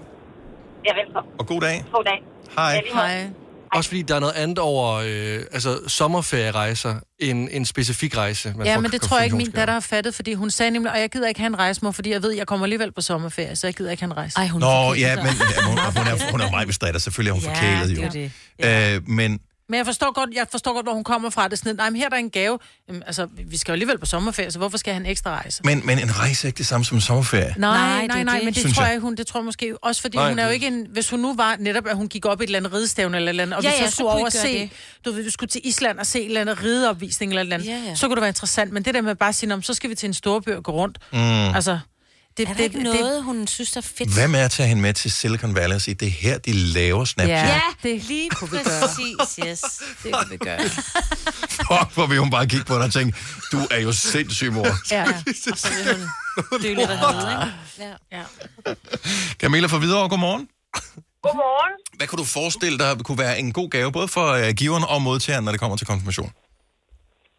Ja, velkommen.
og god dag.
God dag.
Hej.
Ja, lige måde.
Hej.
Også fordi der er noget andet over øh, altså, sommerferierejser end en specifik rejse. Man
Ja,
får
men det tror jeg ikke, min
konfirmationsgave.
datter har fattet, fordi hun sagde nemlig, og jeg gider ikke have en rejse, mor, fordi jeg ved, jeg kommer alligevel på sommerferie, så jeg gider ikke have en rejse. Ej, hun
Nå, ja, men ja, hun, hun, er, hun er meget bestrædt, og selvfølgelig er hun
Ja,
forkælet,
det er
jo.
det.
Øh, men
Men jeg forstår godt, jeg forstår godt, hvor hun kommer fra. Det er sådan, lidt, nej, men her er der en gave. Jamen, altså, vi skal jo alligevel på sommerferie, så hvorfor skal jeg have en ekstra rejse?
Men, men en rejse er ikke det samme som en sommerferie.
Nej, nej, nej, nej men det
Synes
tror jeg ikke, hun, det tror jeg måske også, fordi
Nej,
nej, hun er jo
det-
ikke en, hvis hun nu var netop, at hun gik op i et eller andet ridestævne eller et eller andet, og
Ja,
ja, vi så
ja,
ja,
så
skulle
kunne I
over og
gøre det.
se, du ved, du skulle til Island og se et eller andet rideopvisning eller et eller andet, ja, ja. så kunne det være interessant, men det der med bare at sige, "Nå, men så skal vi til en storby og gå rundt,
Mm.
altså, det,
Er der
det,
ikke noget, hun synes er fedt?
Hvad med at tage hende med til Silicon Valley og sige, det er her, de laver Snapchat?
Ja,
Ja.
ja det lige
kunne vi gøre.
præcis, yes. Det kunne vi gøre.
Fuck, hvor vil hun bare kigge på dig og tænke, du er jo sindssyg, mor.
Ja, ja. Og så vil hun døle dernede, ikke? Ja. ja.
Camilla fra Hvidovre, godmorgen.
Godmorgen.
Hvad kunne du forestille dig kunne være en god gave, både for øh, giveren og modtageren, når det kommer til konfirmation?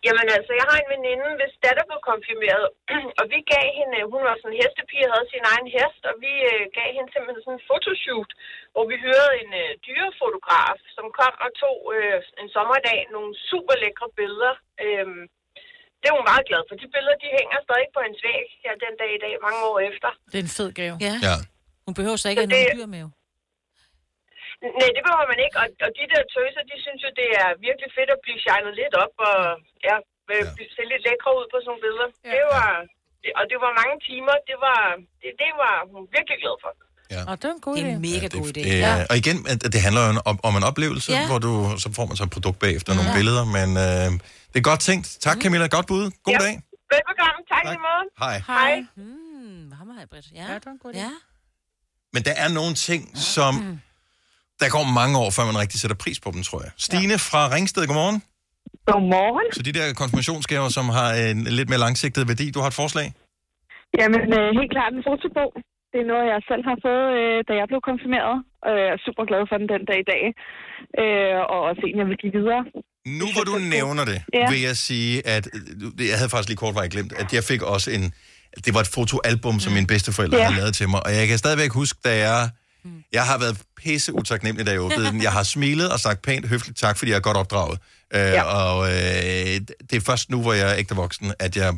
Jamen altså, jeg har en veninde, hvis datter blev konfirmeret, og vi gav hende, øh, hun var sådan en hestepige, og havde sin egen hest, og vi øh, gav hende simpelthen sådan en fotoshoot, hvor vi hørte en øh, dyrefotograf, som kom og tog øh, en sommerdag nogle super lækre billeder. Øhm, det er hun meget glad for. De billeder, de hænger stadig på hendes væg her den dag i dag, mange år efter.
Det er en fed gave.
Ja.
ja.
Hun behøver så ikke
Så
at have
det-
nogen dyr med. jo.
Nej, det behøver man ikke. Og, og de der tøser, de synes jo, det er virkelig fedt at blive shined lidt op og ja, øh, blive- se lidt lækre ud på sådan nogle billeder. Ja. Det var, det, og det var mange timer. Det var, det, det var hun virkelig glad for.
Ja.
Og det er en god idé. Det er en
mega god idé.
Øh, ja. Og igen, at at det handler jo om, om en oplevelse,
Ja.
ja. hvor du, så får man så et produkt bagefter, nogle billeder, men øh, det er godt tænkt. Tak, Camilla. Godt bud. God ja. dag.
Velbekomme. Tak, tak. i måde.
Hej.
Hej.
Hmm, ham har jeg, Britt. Ja. ja, det
var en god
idé. Ja.
Men der er nogle ting, som... Der går mange år, før man rigtig sætter pris på dem, tror jeg. Stine ja. fra Ringsted, godmorgen.
Godmorgen.
Så de der konfirmationsgaver, som har en lidt mere langsigtet værdi, du har et forslag?
Jamen, øh, helt klart en fotobog. Det er noget, jeg selv har fået, øh, da jeg blev konfirmeret. Og jeg er super glad for den den dag i dag. Øh, og også en, jeg vil give videre.
Nu hvor du nævner det,
Ja.
ja. vil jeg sige, at øh, jeg havde faktisk lige kortvarigt glemt, at jeg fik også en... Det var et fotoalbum, som mine bedsteforældre
Ja.
Mm. ja. Mm. havde lavet til mig, og jeg kan stadigvæk huske, da jeg... Jeg har været pisse utaknemmelig, da jeg åbnede den. Jeg har smilet og sagt pænt, høfligt tak, fordi jeg er godt opdraget. Øh, ja. Og øh, det er først nu, hvor jeg er ægte voksen, at jeg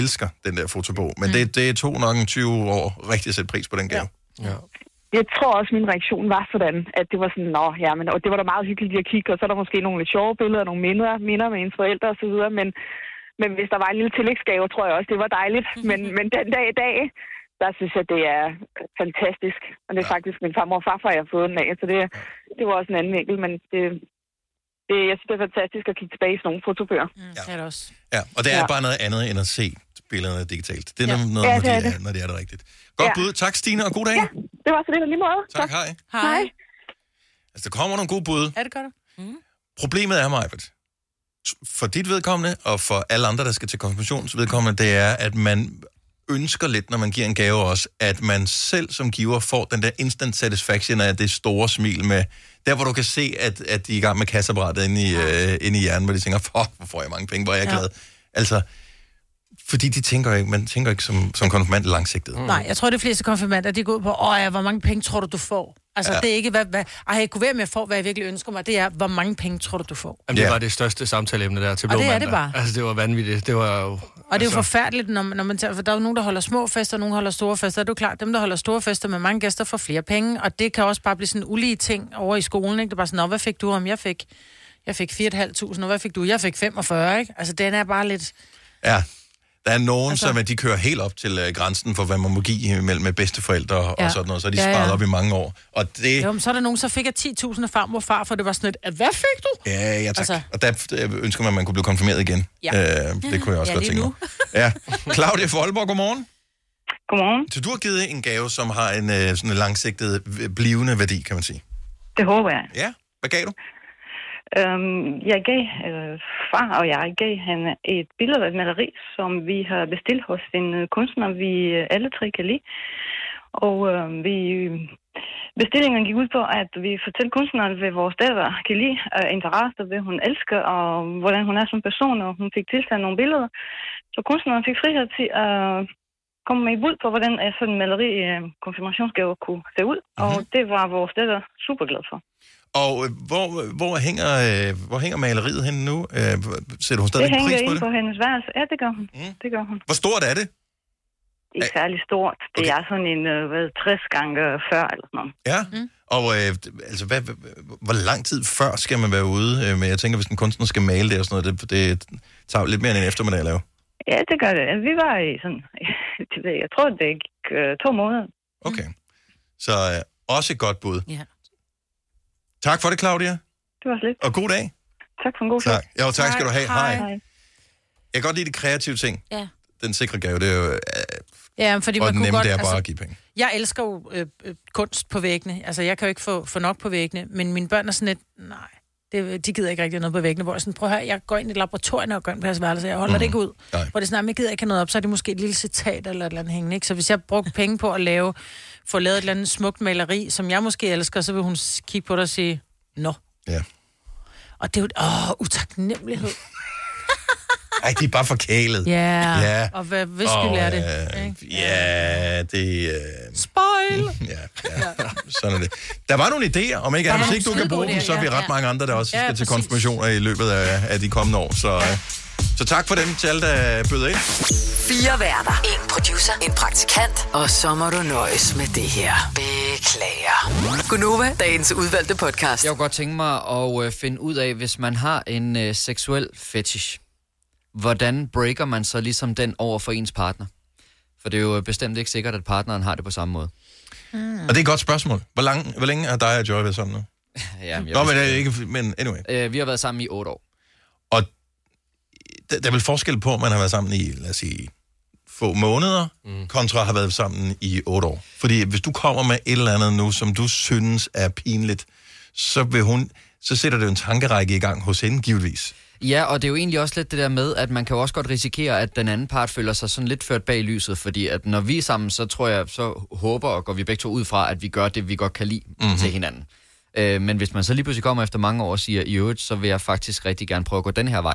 elsker den der fotobog. Men mm. det, det tog nok en 20 år rigtig at sætte pris på den gave.
Ja.
Jeg tror også, min reaktion var sådan, at det var sådan, nå, ja, men, og det var da meget hyggeligt lige at kigge, og så er der måske nogle lidt sjove billeder, nogle minder, minder med ens forældre osv.,
Mhm.
men, men hvis der var en lille tillægsgave, tror jeg også, det var dejligt. Men, men den dag i dag, der synes jeg, det er fantastisk. Og det er ja. faktisk min farmor og farfar, jeg har fået den af, så det, det var også en anden vinkel, men det, det, jeg synes, det er fantastisk at kigge tilbage i sådan nogle fotobøger.
Mm, ja. Det er det også.
Ja, og det er
Ja.
ja. bare noget andet end at se billederne digitalt. Det er
Ja.
ja. noget,
Ja,
når,
det er
det er,
det.
når det er det rigtigt. Godt
Ja.
bud. Tak, Stine, og god dag.
Ja, det var så det, og lige måde.
Tak, hej.
Hej.
Altså, der kommer nogle gode bud.
Er det godt? Mm.
Problemet er, Majbert, for dit vedkommende, og for alle andre, der skal til konfirmations vedkommende, det er, at man ønsker lidt, når man giver en gave også, at man selv som giver får den der instant satisfaction af det store smil med, der hvor du kan se, at, at de er i gang med kasseapparatet inde i, øh, inde i hjernen, hvor de tænker, fuck, hvor får jeg mange penge, hvor er jeg
Ja.
glad. Altså, fordi de tænker jo ikke, man tænker ikke som, som konfirmand langsigtet.
Mm. Nej, jeg tror, de fleste konfirmander, de går ud på, åh ja, hvor mange penge tror du, du får? Altså, ja.
Ja.
det er ikke, hvad, hvad, ej, jeg kunne være med at få, hvad jeg virkelig ønsker mig. Det er, hvor mange penge tror du, du får?
Jamen, det var det største samtaleemne der til
Og
Blå
det er
Mandag.
det bare.
Altså, det var vanvittigt. Det var jo... altså-
Og det er jo
Altså-
forfærdeligt, når, man- når man tager, for der er jo nogen, der holder små fester, og nogen holder store fester. Er du klart, dem, der holder store fester med mange gæster, får flere penge, og det kan også bare blive sådan en ulige ting over i skolen, ikke? Det er bare sådan, "Nå, hvad fik du, om jeg fik... Jeg fik 4.500, og hvad fik du? Jeg fik 45, ikke? Altså, den er bare lidt...
Ja. Der er nogen, altså...
Altså-
som at de kører helt op til øh, grænsen for, hvad man må give mellem bedsteforældre og,
Ja.
og sådan noget, så er de
Ja,
ja,
ja.
sparet op i mange år. Og det...
Jo, men så er der nogen, så fik jeg 10.000 af farmor og far, for det var sådan et, "Ah, hvad fik du?
Ja, ja tak.
Altså-
Altså... Og der øh, ønsker man, at man kunne blive konfirmeret igen.
Ja.
Øh, det kunne jeg også
Ja,
godt
lige
tænke mig.
nu.
Ja. Claudia Folborg, godmorgen.
Godmorgen.
Så du har givet en gave, som har en øh, sådan en langsigtet, øh, blivende værdi, kan man sige.
Det håber jeg.
Ja, hvad gav du?
Øhm, jeg gav, øh, far og jeg gav han et billede af et maleri, som vi har bestilt hos en øh, kunstner, vi øh, alle tre kan lide. Og øh, vi, bestillingen gik ud på, at vi fortæller kunstneren, hvad vores datter kan lide, øh, interesser, hvad hun elsker, og hvordan hun er som person, og hun fik tilsendt nogle billeder. Så kunstneren fik frihed til at komme med i bud på, hvordan øh, sådan en maleri øh, konfirmationsgave kunne se ud. Mm-hmm. Og det var vores datter super glad for.
Og øh, hvor, øh, hvor, hænger, øh, hvor hænger maleriet henne nu? Øh, h- sætter hun
Det
stadig
hænger
pris på
inde
det?
på hendes værelse. Ja, det gør hun. Mm. Det gør hun.
Hvor stort er det?
Ikke særlig stort. Det er sådan en øh, hvad, 60 gange 40 eller sådan noget.
Ja. Mm. Og øh, d- altså, hvad, hvad, hvor lang tid før skal man være ude? Øh, Men jeg tænker, hvis en kunstner skal male det og sådan noget, det, det tager jo lidt mere end en eftermiddag at lave.
Ja, det gør det. Vi var i sådan, det ved jeg, jeg tror, det gik øh, to måneder.
Okay. Så øh, også et godt bud.
Ja.
Tak for det, Claudia.
Det var slet.
Og god dag.
Tak for en god
Tak. Jo, tak skal du have. Hej.
Hej.
Jeg kan godt lide de kreative ting.
Ja.
Den sikre gave, det er jo... Øh,
Ja, men fordi
og
man
den
kunne
nemme,
godt,
det er bare
altså-
at give penge.
Jeg elsker jo øh, øh, kunst på væggene. Altså, jeg kan jo ikke få, få nok på væggene, men mine børn er sådan lidt, nej, det, de gider ikke rigtig noget på væggene, hvor jeg sådan, prøv at høre, jeg går ind i et laboratorium og gør en plads værelse, jeg holder
Mhm.
mm. det ikke ud. Nej. Hvor det er sådan, "Nej, men jeg gider ikke have noget op, så er det måske et lille citat eller et eller andet hængende, ikke? Så hvis jeg brugte penge på at lave, få lavet et eller andet smukt maleri, som jeg måske elsker, så vil hun s- kigge på dig og sige, nå.
Ja.
Og det er jo, et- åh, utaknemmelighed.
Ej, de er bare forkælet.
Ja,
ja.
og hvad- hvis skyld er det,
Øh, ja, det... Øh,
Spoil!
ja, ja. Sådan er det. Der var nogle idéer, om ikke
Der
andet.
var
Hvis ikke du
nogle
kan bruge
skide
dem,
gode
så er vi
idéer,
ret
ja.
mange andre, der også
Ja,
skal til
præcis.
konfirmationer i løbet af, af de kommende år. Så, øh, så tak for dem til alle, der bød ind.
Fire værter. En producer. En praktikant. Og så må du nøjes med det her. Beklager. Gunova, dagens udvalgte podcast.
Jeg kunne godt tænke mig at øh, finde ud af, hvis man har en øh, seksuel fetish, hvordan breaker man så ligesom den over for ens partner? For det er jo øh, bestemt ikke sikkert, at partneren har det på samme måde.
Og det er et godt spørgsmål. Hvor, lang, hvor længe har dig og Joy været sammen nu?
Ja, men jeg
Nå, men
vidste-
det er ikke... Men anyway.
Øh, vi har været sammen i otte år.
Og der, der er vel forskel på, om man har været sammen i, lad os sige, få måneder, mm. kontra har været sammen i otte år. Fordi hvis du kommer med et eller andet nu, som du synes er pinligt, så vil hun, så sætter det jo en tankerække i gang hos hende, givetvis.
Ja, og det er jo egentlig også lidt det der med, at man kan jo også godt risikere, at den anden part føler sig sådan lidt ført bag lyset, fordi at når vi er sammen, så tror jeg, så håber og går vi begge to ud fra, at vi gør det, vi godt kan lide
Mhm.
mm-hmm. til hinanden. Øh, men hvis man så lige pludselig kommer efter mange år og siger, i øvrigt, så vil jeg faktisk rigtig gerne prøve at gå den her vej,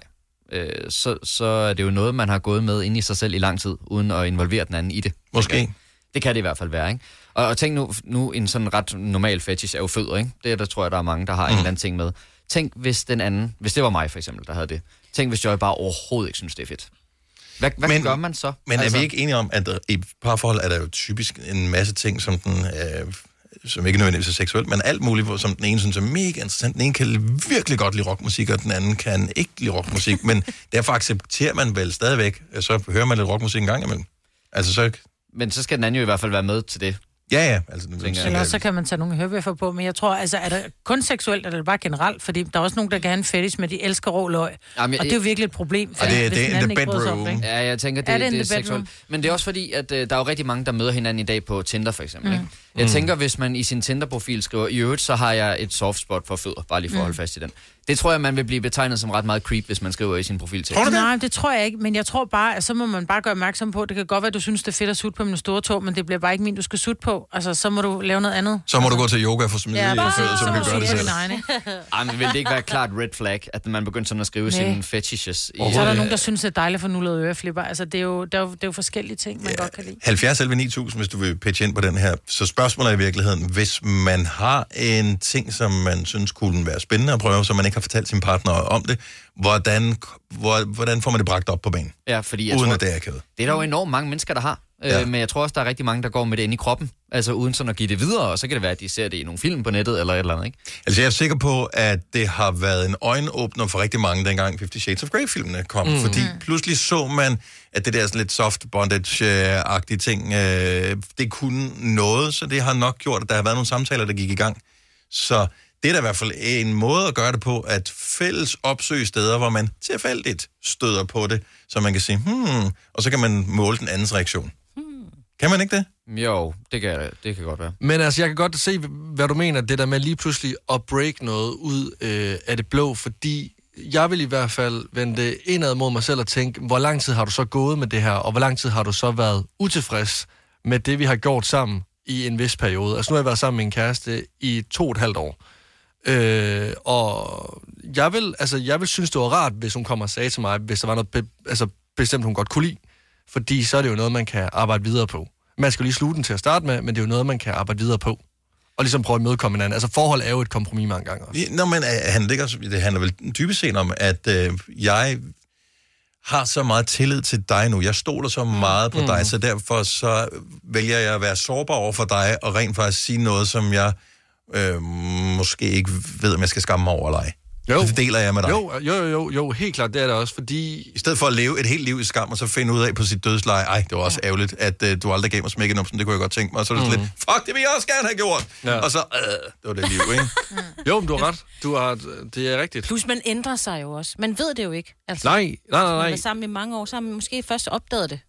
øh, så, så er det jo noget, man har gået med inde i sig selv i lang tid, uden at involvere den anden i det.
Måske.
Det kan det i hvert fald være, ikke? Og, og tænk nu, nu, en sådan ret normal fetish er jo fødder, ikke? Det er der, tror jeg, der er mange, der har mm. en eller anden ting med. Tænk, hvis den anden, hvis det var mig for eksempel, der havde det. Tænk, hvis Joy bare overhovedet ikke synes, det er fedt. Hvad, hvad men, gør man så?
Men altså... er vi ikke enige om, at der, i parforhold er der jo typisk en masse ting, som den... Øh, som ikke nødvendigvis er seksuelt, men alt muligt, hvor- som den ene synes er mega interessant. Den ene kan virkelig godt lide rockmusik, og den anden kan ikke lide rockmusik, men derfor accepterer man vel stadigvæk, øh, så hører man lidt rockmusik en gang imellem. Altså, så
Men så skal den anden jo i hvert fald være med til det.
Ja, ja. Altså, den,
den,
Eller også så kan man tage nogle hørbøffer på, men jeg tror, altså, er det kun seksuelt, eller er det bare generelt? Fordi der er også nogen, der kan have en fetish med, at de elsker rå løg.
Jamen, jeg-
og det er jo virkelig et problem.
Og det-
hvis
det er
den
in
anden
the
ikke bryder sig om
bedroom.
ikke?
Ja, jeg tænker, det,
Er
er,
det
det,
in
det er
the bedroom?
seksuelt. Men det er også fordi, at øh, der er jo rigtig mange, der møder hinanden i dag på Tinder, for eksempel.
Mm.
Ikke? Jeg
Mm.
tænker, hvis man i sin Tinder-profil skriver, i øvrigt, så har jeg et soft spot for fødder, bare lige for at holde
Mm.
fast i den. Det tror jeg, man vil blive betegnet som ret meget creep, hvis man skriver i sin profil til.
Nej, det tror jeg ikke, men jeg tror bare, at så må man bare gøre opmærksom på, at det kan godt være, at du synes, det er fedt at sutte på min store tog, men det bliver bare ikke min, du skal sutte på. Altså, så må du lave noget andet.
Så må du gå til yoga for smidige
Ja,
ja,
præcis.
fødder, så
Så
du
må
kan
du
gøre det
sige
selv.
det nej,
Ej, men vil det ikke være et klart red flag, at man begynder sådan at skrive
Nej.
sine fetishes? I,
Så er der nogen, der synes, det er dejligt for nullede øreflipper. Altså, det er jo, der er jo, det er jo forskellige ting, man godt kan lide.
70 11 9000, hvis du vil pitche ind på den her. Så spørgsmålet er i virkeligheden, hvis man har en ting, som man synes kunne være spændende at prøve, som man ikke har fortalt sin partner om det, hvordan, hvor, hvordan får man det bragt op på banen?
Ja, fordi jeg
Uden
tror,
at det er akavet.
Det er der jo enormt mange mennesker, der har. Ja.
Ja.
Øh, men jeg tror også, der er rigtig mange, der går med det ind i kroppen. Altså uden sådan at give det videre, og så kan det være, at de ser det i nogle film på nettet eller et eller andet, ikke?
Altså, jeg er sikker på, at det har været en øjenåbner for rigtig mange, dengang Fifty Shades of Grey-filmene kom.
Mm.
Mm. Fordi pludselig så man, at det der sådan lidt soft bondage-agtige ting, øh, det kunne noget, så det har nok gjort, at der har været nogle samtaler, der gik i gang. Så det er da i hvert fald en måde at gøre det på, at fælles opsøge steder, hvor man tilfældigt støder på det, så man kan sige, hmm, og så kan man måle den andens reaktion. Kan man ikke det?
Jo, det kan, det kan godt være.
Men altså, jeg kan godt se, hvad du mener, det der med lige pludselig at break noget ud øh, af det blå, fordi jeg vil i hvert fald vende det indad mod mig selv og tænke, hvor lang tid har du så gået med det her, og hvor lang tid har du så været utilfreds med det, vi har gjort sammen i en vis periode. Altså, nu har jeg været sammen med en kæreste i to og et halvt år. Øh, og jeg vil, altså, jeg vil synes, det var rart, hvis hun kommer og sagde til mig, hvis der var noget be, altså, bestemt, hun godt kunne lide. Fordi så er det jo noget, man kan arbejde videre på. Man skal jo lige sluge den til at starte med, men det er jo noget, man kan arbejde videre på. Og ligesom prøve at mødekomme hinanden. Altså forhold er jo et kompromis mange gange også.
Ja, Nå, men øh, han ligger, det handler vel dybest set om, at øh, jeg har så meget tillid til dig nu. Jeg stoler så meget på mm. dig, så derfor så vælger jeg at være sårbar over for dig, og rent faktisk sige noget, som jeg øh, måske ikke ved, om jeg skal skamme mig over eller ej. Jo. Det deler jeg med dig.
Jo, jo, jo, jo, jo, helt klart, det er det også, fordi...
I stedet for at leve et helt liv i skam, og så finde ud af på sit dødsleje, ej, det var også ja. ærgerligt, at øh, du aldrig gav mig smækken det kunne jeg godt tænke mig. Og så er det mm.
Mm.
lidt, fuck, det vil jeg også gerne have gjort. Ja. Og så, øh, det var det liv, ikke?
Jo, men du har ret. Du har, det er rigtigt.
Plus, man ændrer sig jo også. Man ved det jo ikke. Altså,
Nej, nej, nej, Øh.
Man har
nej.
været sammen i mange år, så har man måske først opdaget det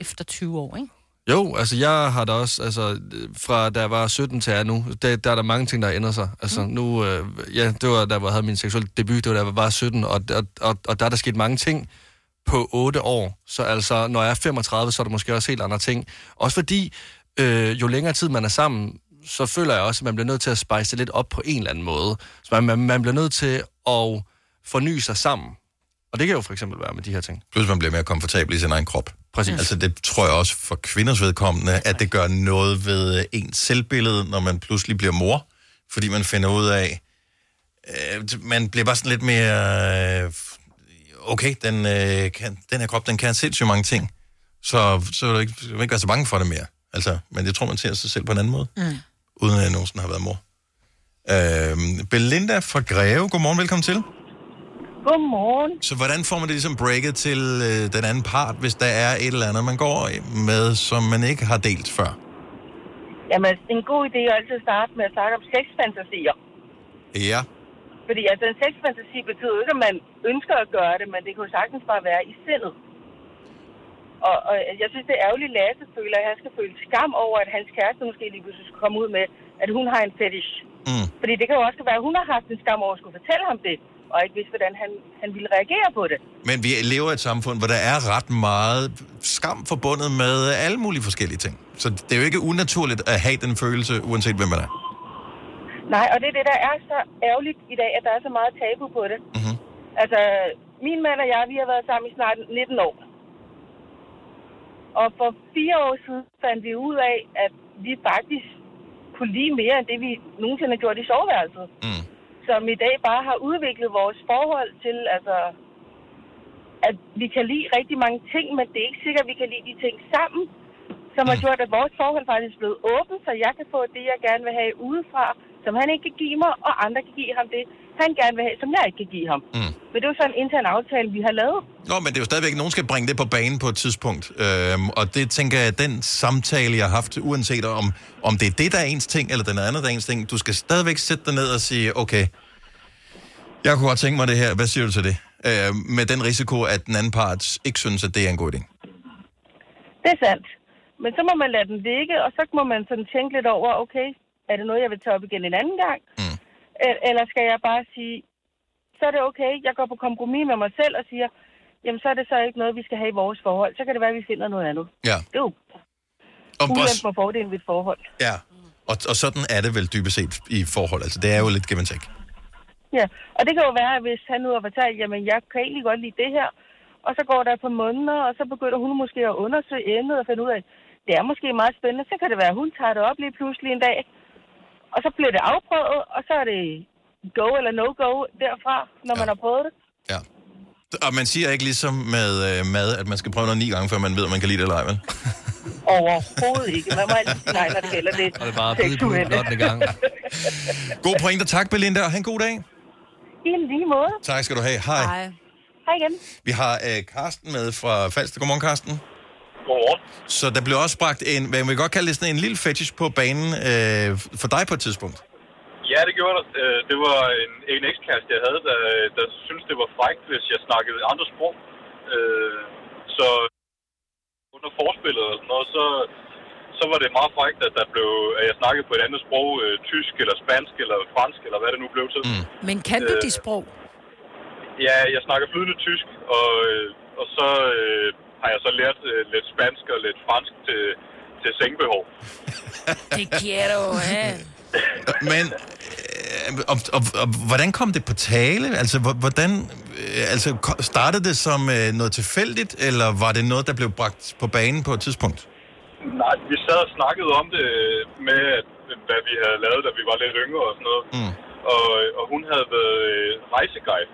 efter 20 år, ikke?
Jo, altså jeg har da også, altså fra da jeg var 17 til jeg er nu, der, der er der mange ting, der har ændret sig. Altså nu, øh, ja, det var da jeg havde min seksuelle debut, det var da jeg var 17, og, og, og, og der er der sket mange ting på 8 år. Så altså, når jeg er 35, så er der måske også helt andre ting. Også fordi, øh, jo længere tid man er sammen, så føler jeg også, at man bliver nødt til at spice det lidt op på en eller anden måde. Så man, man, man bliver nødt til at forny sig sammen. Og det kan jo for eksempel være med de her ting.
Plus man bliver mere komfortabel i sin egen krop.
Præcis.
Altså det tror jeg også for kvinders vedkommende, at det gør noget ved øh, ens selvbillede, når man pludselig bliver mor. Fordi man finder ud af, øh, man bliver bare sådan lidt mere, øh, okay, den, øh, kan, den her krop, den kan sindssygt mange ting. Så, så vil du ikke, så vil du ikke være så bange for det mere. Altså, men jeg tror, man ser sig selv på en anden måde,
Mm.
uden at jeg nogensinde har været mor. Øh, Belinda fra Greve, godmorgen, velkommen til.
Godmorgen.
Så hvordan får man det ligesom breaket til øh, den anden part, hvis der er et eller andet, man går med, som man ikke har delt før?
Jamen, det er en god idé at altid starte med at snakke om sexfantasier.
Ja.
Fordi altså, en sexfantasi betyder jo ikke, at man ønsker at gøre det, men det kan jo sagtens bare være i sindet. Og, og jeg synes, det er ærgerligt, Lasse føler, at han skal føle skam over, at hans kæreste måske lige pludselig skulle komme ud med, at hun har en fetish.
Mm.
Fordi det kan jo også være, at hun har haft en skam over at skulle fortælle ham det, og ikke vidste, hvordan han, han ville reagere på det.
Men vi lever i et samfund, hvor der er ret meget skam forbundet med alle mulige forskellige ting. Så det er jo ikke unaturligt at have den følelse, uanset hvem man er.
Nej, og det er det, der er så ærgerligt i dag, at der er så meget tabu på det.
Mhm.
Altså, min mand og jeg, vi har været sammen i snart 19 år. Og for fire år siden fandt vi ud af, at vi faktisk kunne lide mere end det, vi nogensinde har gjort i soveværelset.
Mm.
Som i dag bare har udviklet vores forhold til, altså, at vi kan lide rigtig mange ting, men det er ikke sikkert, at vi kan lide de ting sammen, som har gjort, at vores forhold faktisk er blevet åbent, så jeg kan få det, jeg gerne vil have udefra, som han ikke kan give mig, og andre kan give ham det, han gerne vil have, som jeg ikke kan give ham.
Mm.
Men det er jo sådan en intern aftale, vi har lavet.
Nå, men det er jo stadigvæk, nogen skal bringe det på banen på et tidspunkt. Øhm, og det tænker jeg, den samtale, jeg har haft, uanset om, om det er det, der er ens ting, eller den anden, der er ens ting, du skal stadigvæk sætte dig ned og sige, okay, jeg kunne godt tænke mig det her, hvad siger du til det? Øh, med den risiko, at den anden part ikke synes, at det er en god idé.
Det er sandt. Men så må man lade den ligge, og så må man sådan tænke lidt over, okay, er det noget, jeg vil tage op igen en anden gang?
Mm.
Eller skal jeg bare sige, så er det okay, jeg går på kompromis med mig selv og siger, jamen så er det så ikke noget, vi skal have i vores forhold. Så kan det være, at vi finder noget andet.
Ja.
Det er jo
Og også,
ulempen og fordelen ved et forhold.
ja. Og, og sådan er det vel dybest set i forhold. Altså, det er jo lidt give and take.
Ja, og det kan jo være, hvis han nu har fortalt, jamen jeg kan egentlig godt lide det her, og så går der på måneder, og så begynder hun måske at undersøge emnet og finde ud af, det er måske meget spændende, så kan det være, at hun tager det op lige pludselig en dag, og så bliver det afprøvet, og så er det go eller no-go derfra, når ja. man har prøvet det.
Og man siger ikke ligesom med øh, mad, at man skal prøve noget ni gange, før man ved, om man kan lide det eller ej, vel?
Overhovedet ikke. Man må altid sige nej, når det gælder det.
Og det er bare at bide på den ottende gang. God pointe. Tak, Belinda, og have en god dag.
I en lige måde.
Tak skal du have. Hej. Hej.
Hej igen.
Vi har øh, Karsten med fra Falster. Godmorgen, Karsten.
Godmorgen.
Så der blev også bragt en, hvad man vil godt kalde det, sådan en lille fetish på banen øh, for dig på et tidspunkt.
Ja, det gjorde der. Øh, Det var en, en ekskæreste, jeg havde, der, der syntes, det var frækt, hvis jeg snakkede andre sprog. Øh, Så under forspillet og sådan noget, så, så var det meget frækt, at, der blev, at jeg snakkede på et andet sprog, øh, tysk eller spansk eller fransk, eller hvad det nu blev til. Mm.
Men kan du
Øh,
dit sprog?
Ja, jeg snakker flydende tysk, og, øh, og så øh, har jeg så lært øh, lidt spansk og lidt fransk til, til sengbehov.
Det quiero, eh?
Men, øh, og, og, og, hvordan kom det på tale? Altså, hvor- hvordan, øh, altså ko- startede det som øh, noget tilfældigt, eller var det noget, der blev bragt på banen på et tidspunkt?
Nej, vi sad og snakkede om det øh, med, at, hvad vi havde lavet, da vi var lidt yngre og sådan noget.
Mm.
Og, og hun havde været øh, rejseguide.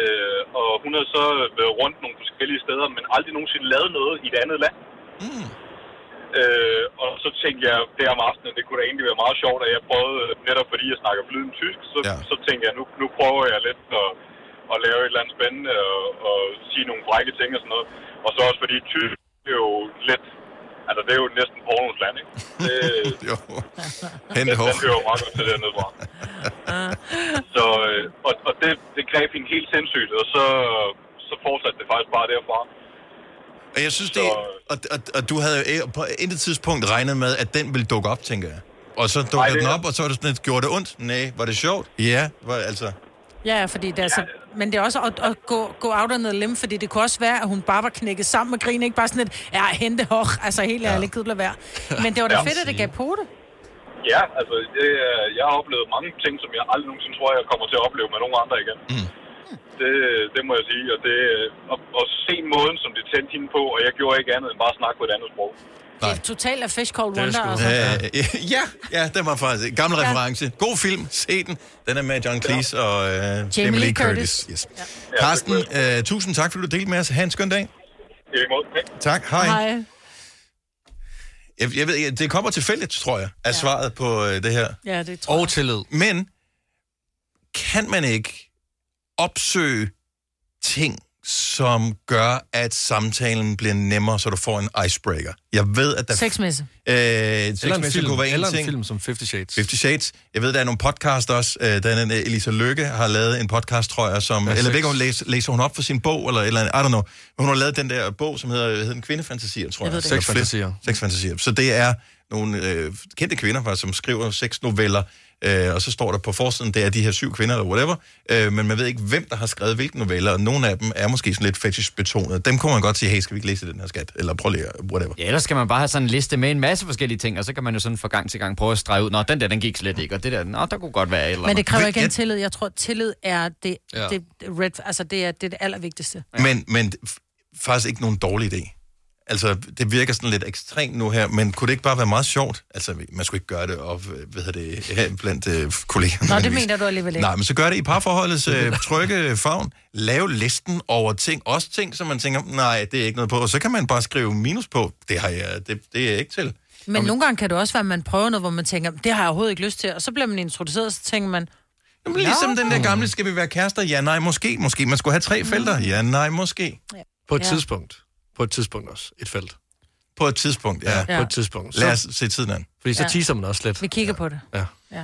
Øh, og hun havde så været rundt nogle forskellige steder, men aldrig nogensinde lavet noget i et andet land.
Mm.
Øh, og så tænkte jeg der om aftenen, det kunne da egentlig være meget sjovt, at jeg prøvede, øh, netop fordi jeg snakker flydende tysk, så, ja. så tænkte jeg, nu, nu prøver jeg lidt at, at lave et eller andet spændende og, og sige nogle frække ting og sådan noget. Og så også fordi tysk er jo lidt, altså det er jo næsten pornos land, ikke? Det,
jo. Hente hår.
Den hører jo meget godt til dernede fra. så, øh, og, og det, det greb hende helt sindssygt, og så, så fortsatte det faktisk bare derfra.
Og jeg synes, det... Og, og, og du havde jo ikke- på intet tidspunkt regnet med, at den ville dukke op, tænker jeg. Og så
Nej,
dukkede
det
den
er-
op, og så var det sådan lidt, gjorde det ondt? Nej, var det sjovt? Ja, var, altså...
Ja, fordi det er så... Men det er også at, at gå, gå out on the limb, fordi det kunne også være, at hun bare var knækket sammen med grin, ikke bare sådan et, ja, hente hår, altså helt ærligt, gider være. Men det var da
Ja.
fedt, at det gav på det.
Ja, altså, det, øh, jeg har oplevet mange ting, som jeg aldrig nogensinde tror, jeg kommer til at opleve med nogen andre igen.
Mm.
Det, det må jeg sige, og det øh, og, og se måden, som det tændte hende på, og jeg gjorde ikke andet end bare snakke på et andet sprog.
Det er totalt af fish called
Det er
wonder. Altså.
Øh, ja, ja, den var faktisk en gammel
Ja.
reference. God film, se den. Den er med John Cleese og øh, Jamie Lee Curtis. Yes. Carsten, øh, tusind tak, fordi du delte med os. Ha' en skøn dag.
I lige måde. Hej.
Tak, hej. Jeg, jeg ved ikke, det kommer tilfældigt, tror jeg, er ja. svaret på øh, det her.
Ja, det tror
Og tillid. Men kan man ikke opsøge ting, som gør, at samtalen bliver nemmere, så du får en icebreaker? Jeg ved, at der...
Sexmesse.
Øh, eller en film, kunne være en
eller en
ting.
film som Fifty Shades.
50 Shades. Jeg ved, der er nogle podcast også. Øh, Den er Elisa Lykke har lavet en podcast, tror jeg, som...
Ja,
eller jeg ved
sex.
ikke, om hun læser, læser hun op for sin bog, eller, et eller andet, I don't know. Men hun har lavet den der bog, som hedder, hedder den Kvindefantasier, tror
Jeg
jeg.
ved det ikke. Sexfantasier.
Sexfantasier. Så det er nogle øh, kendte kvinder, faktisk, som skriver sexnoveller, øh, og så står der på forsiden, det er de her syv kvinder, eller whatever, øh, men man ved ikke, hvem der har skrevet hvilke noveller, og nogle af dem er måske sådan lidt fetish-betonet. Dem kunne man godt sige, hey, skal vi ikke læse den her skat? Eller prøv lige, at- whatever.
Ja, ellers skal man bare have sådan en liste med en masse forskellige ting, og så kan man jo sådan fra gang til gang prøve at strege ud, nå, den der, den gik slet ikke, og det der, nå, der kunne godt være et eller
Men det kræver
andet."
igen tillid. Jeg tror, tillid er det,
Ja.
ja. det, red, altså det, er, det, er det allervigtigste.
Ja. Men, men f- faktisk ikke nogen dårlig idé. Altså, det virker sådan lidt ekstremt nu her, men kunne det ikke bare være meget sjovt? Altså, man skulle ikke gøre det op, øh, hvad hedder det, her blandt øh, kollegerne.
Nå, det
nødvendigvis.
mener du alligevel ikke.
Nej, men så gør det i parforholdets øh, trygge favn. Lav listen over ting, også ting, som man tænker, nej, det er ikke noget på. Og så kan man bare skrive minus på, det har jeg, det, det er jeg ikke til.
Men Jamen. nogle gange kan det også være, at man prøver noget, hvor man tænker, det har jeg overhovedet ikke lyst til, og så bliver man introduceret, og så tænker man,
Jamen, ligesom den der gamle, skal vi være kærester? Ja, nej, måske. Måske man skulle have tre felter. Ja, nej, måske.
Mm. På et
Ja.
tidspunkt. På et tidspunkt også. Et felt.
På et tidspunkt, ja.
På et tidspunkt.
Lad os se tiden an.
Fordi så
Ja.
teaser man også lidt.
vi kigger på det.
Ja.
Ja.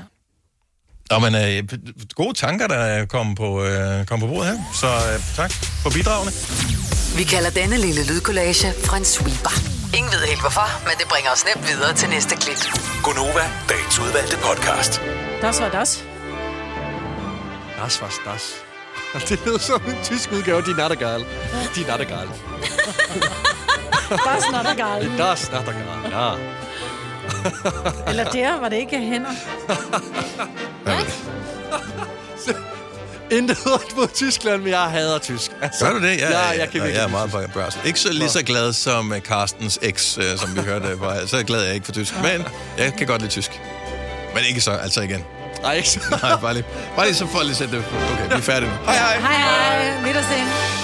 Nå, men øh, p- gode tanker, der er kommet på, øh, kom på bordet her. Så øh, tak for bidragene.
Mm. Vi kalder denne lille lydkollage en sweeper. Ingen ved helt hvorfor, men det bringer os nemt videre til næste klip.
Gonova, dagens udvalgte podcast.
Das var das.
Das was das. Det lyder som en tysk udgave. De nattergal. De nattergal.
Das not egal.
Das nattergal, ja.
Eller der var det ikke hænder.
Intet ondt mod Tyskland, men jeg hader tysk. Altså,
Gør du det?
Ja, jeg, jeg kan
nej,
virkelig
jeg er meget for børsen. Ikke så lige så glad som øh, Carstens eks, øh, som vi hørte. øh, Var, så glad er jeg ikke for tysk. Men jeg kan godt lide tysk. Men ikke så, altså igen.
Nej, ikke så.
nej, bare lige, bare lige så for at lige sætte det på. Okay, vi er færdige nu. Hej, hej.
Hej, hej. Vi ses.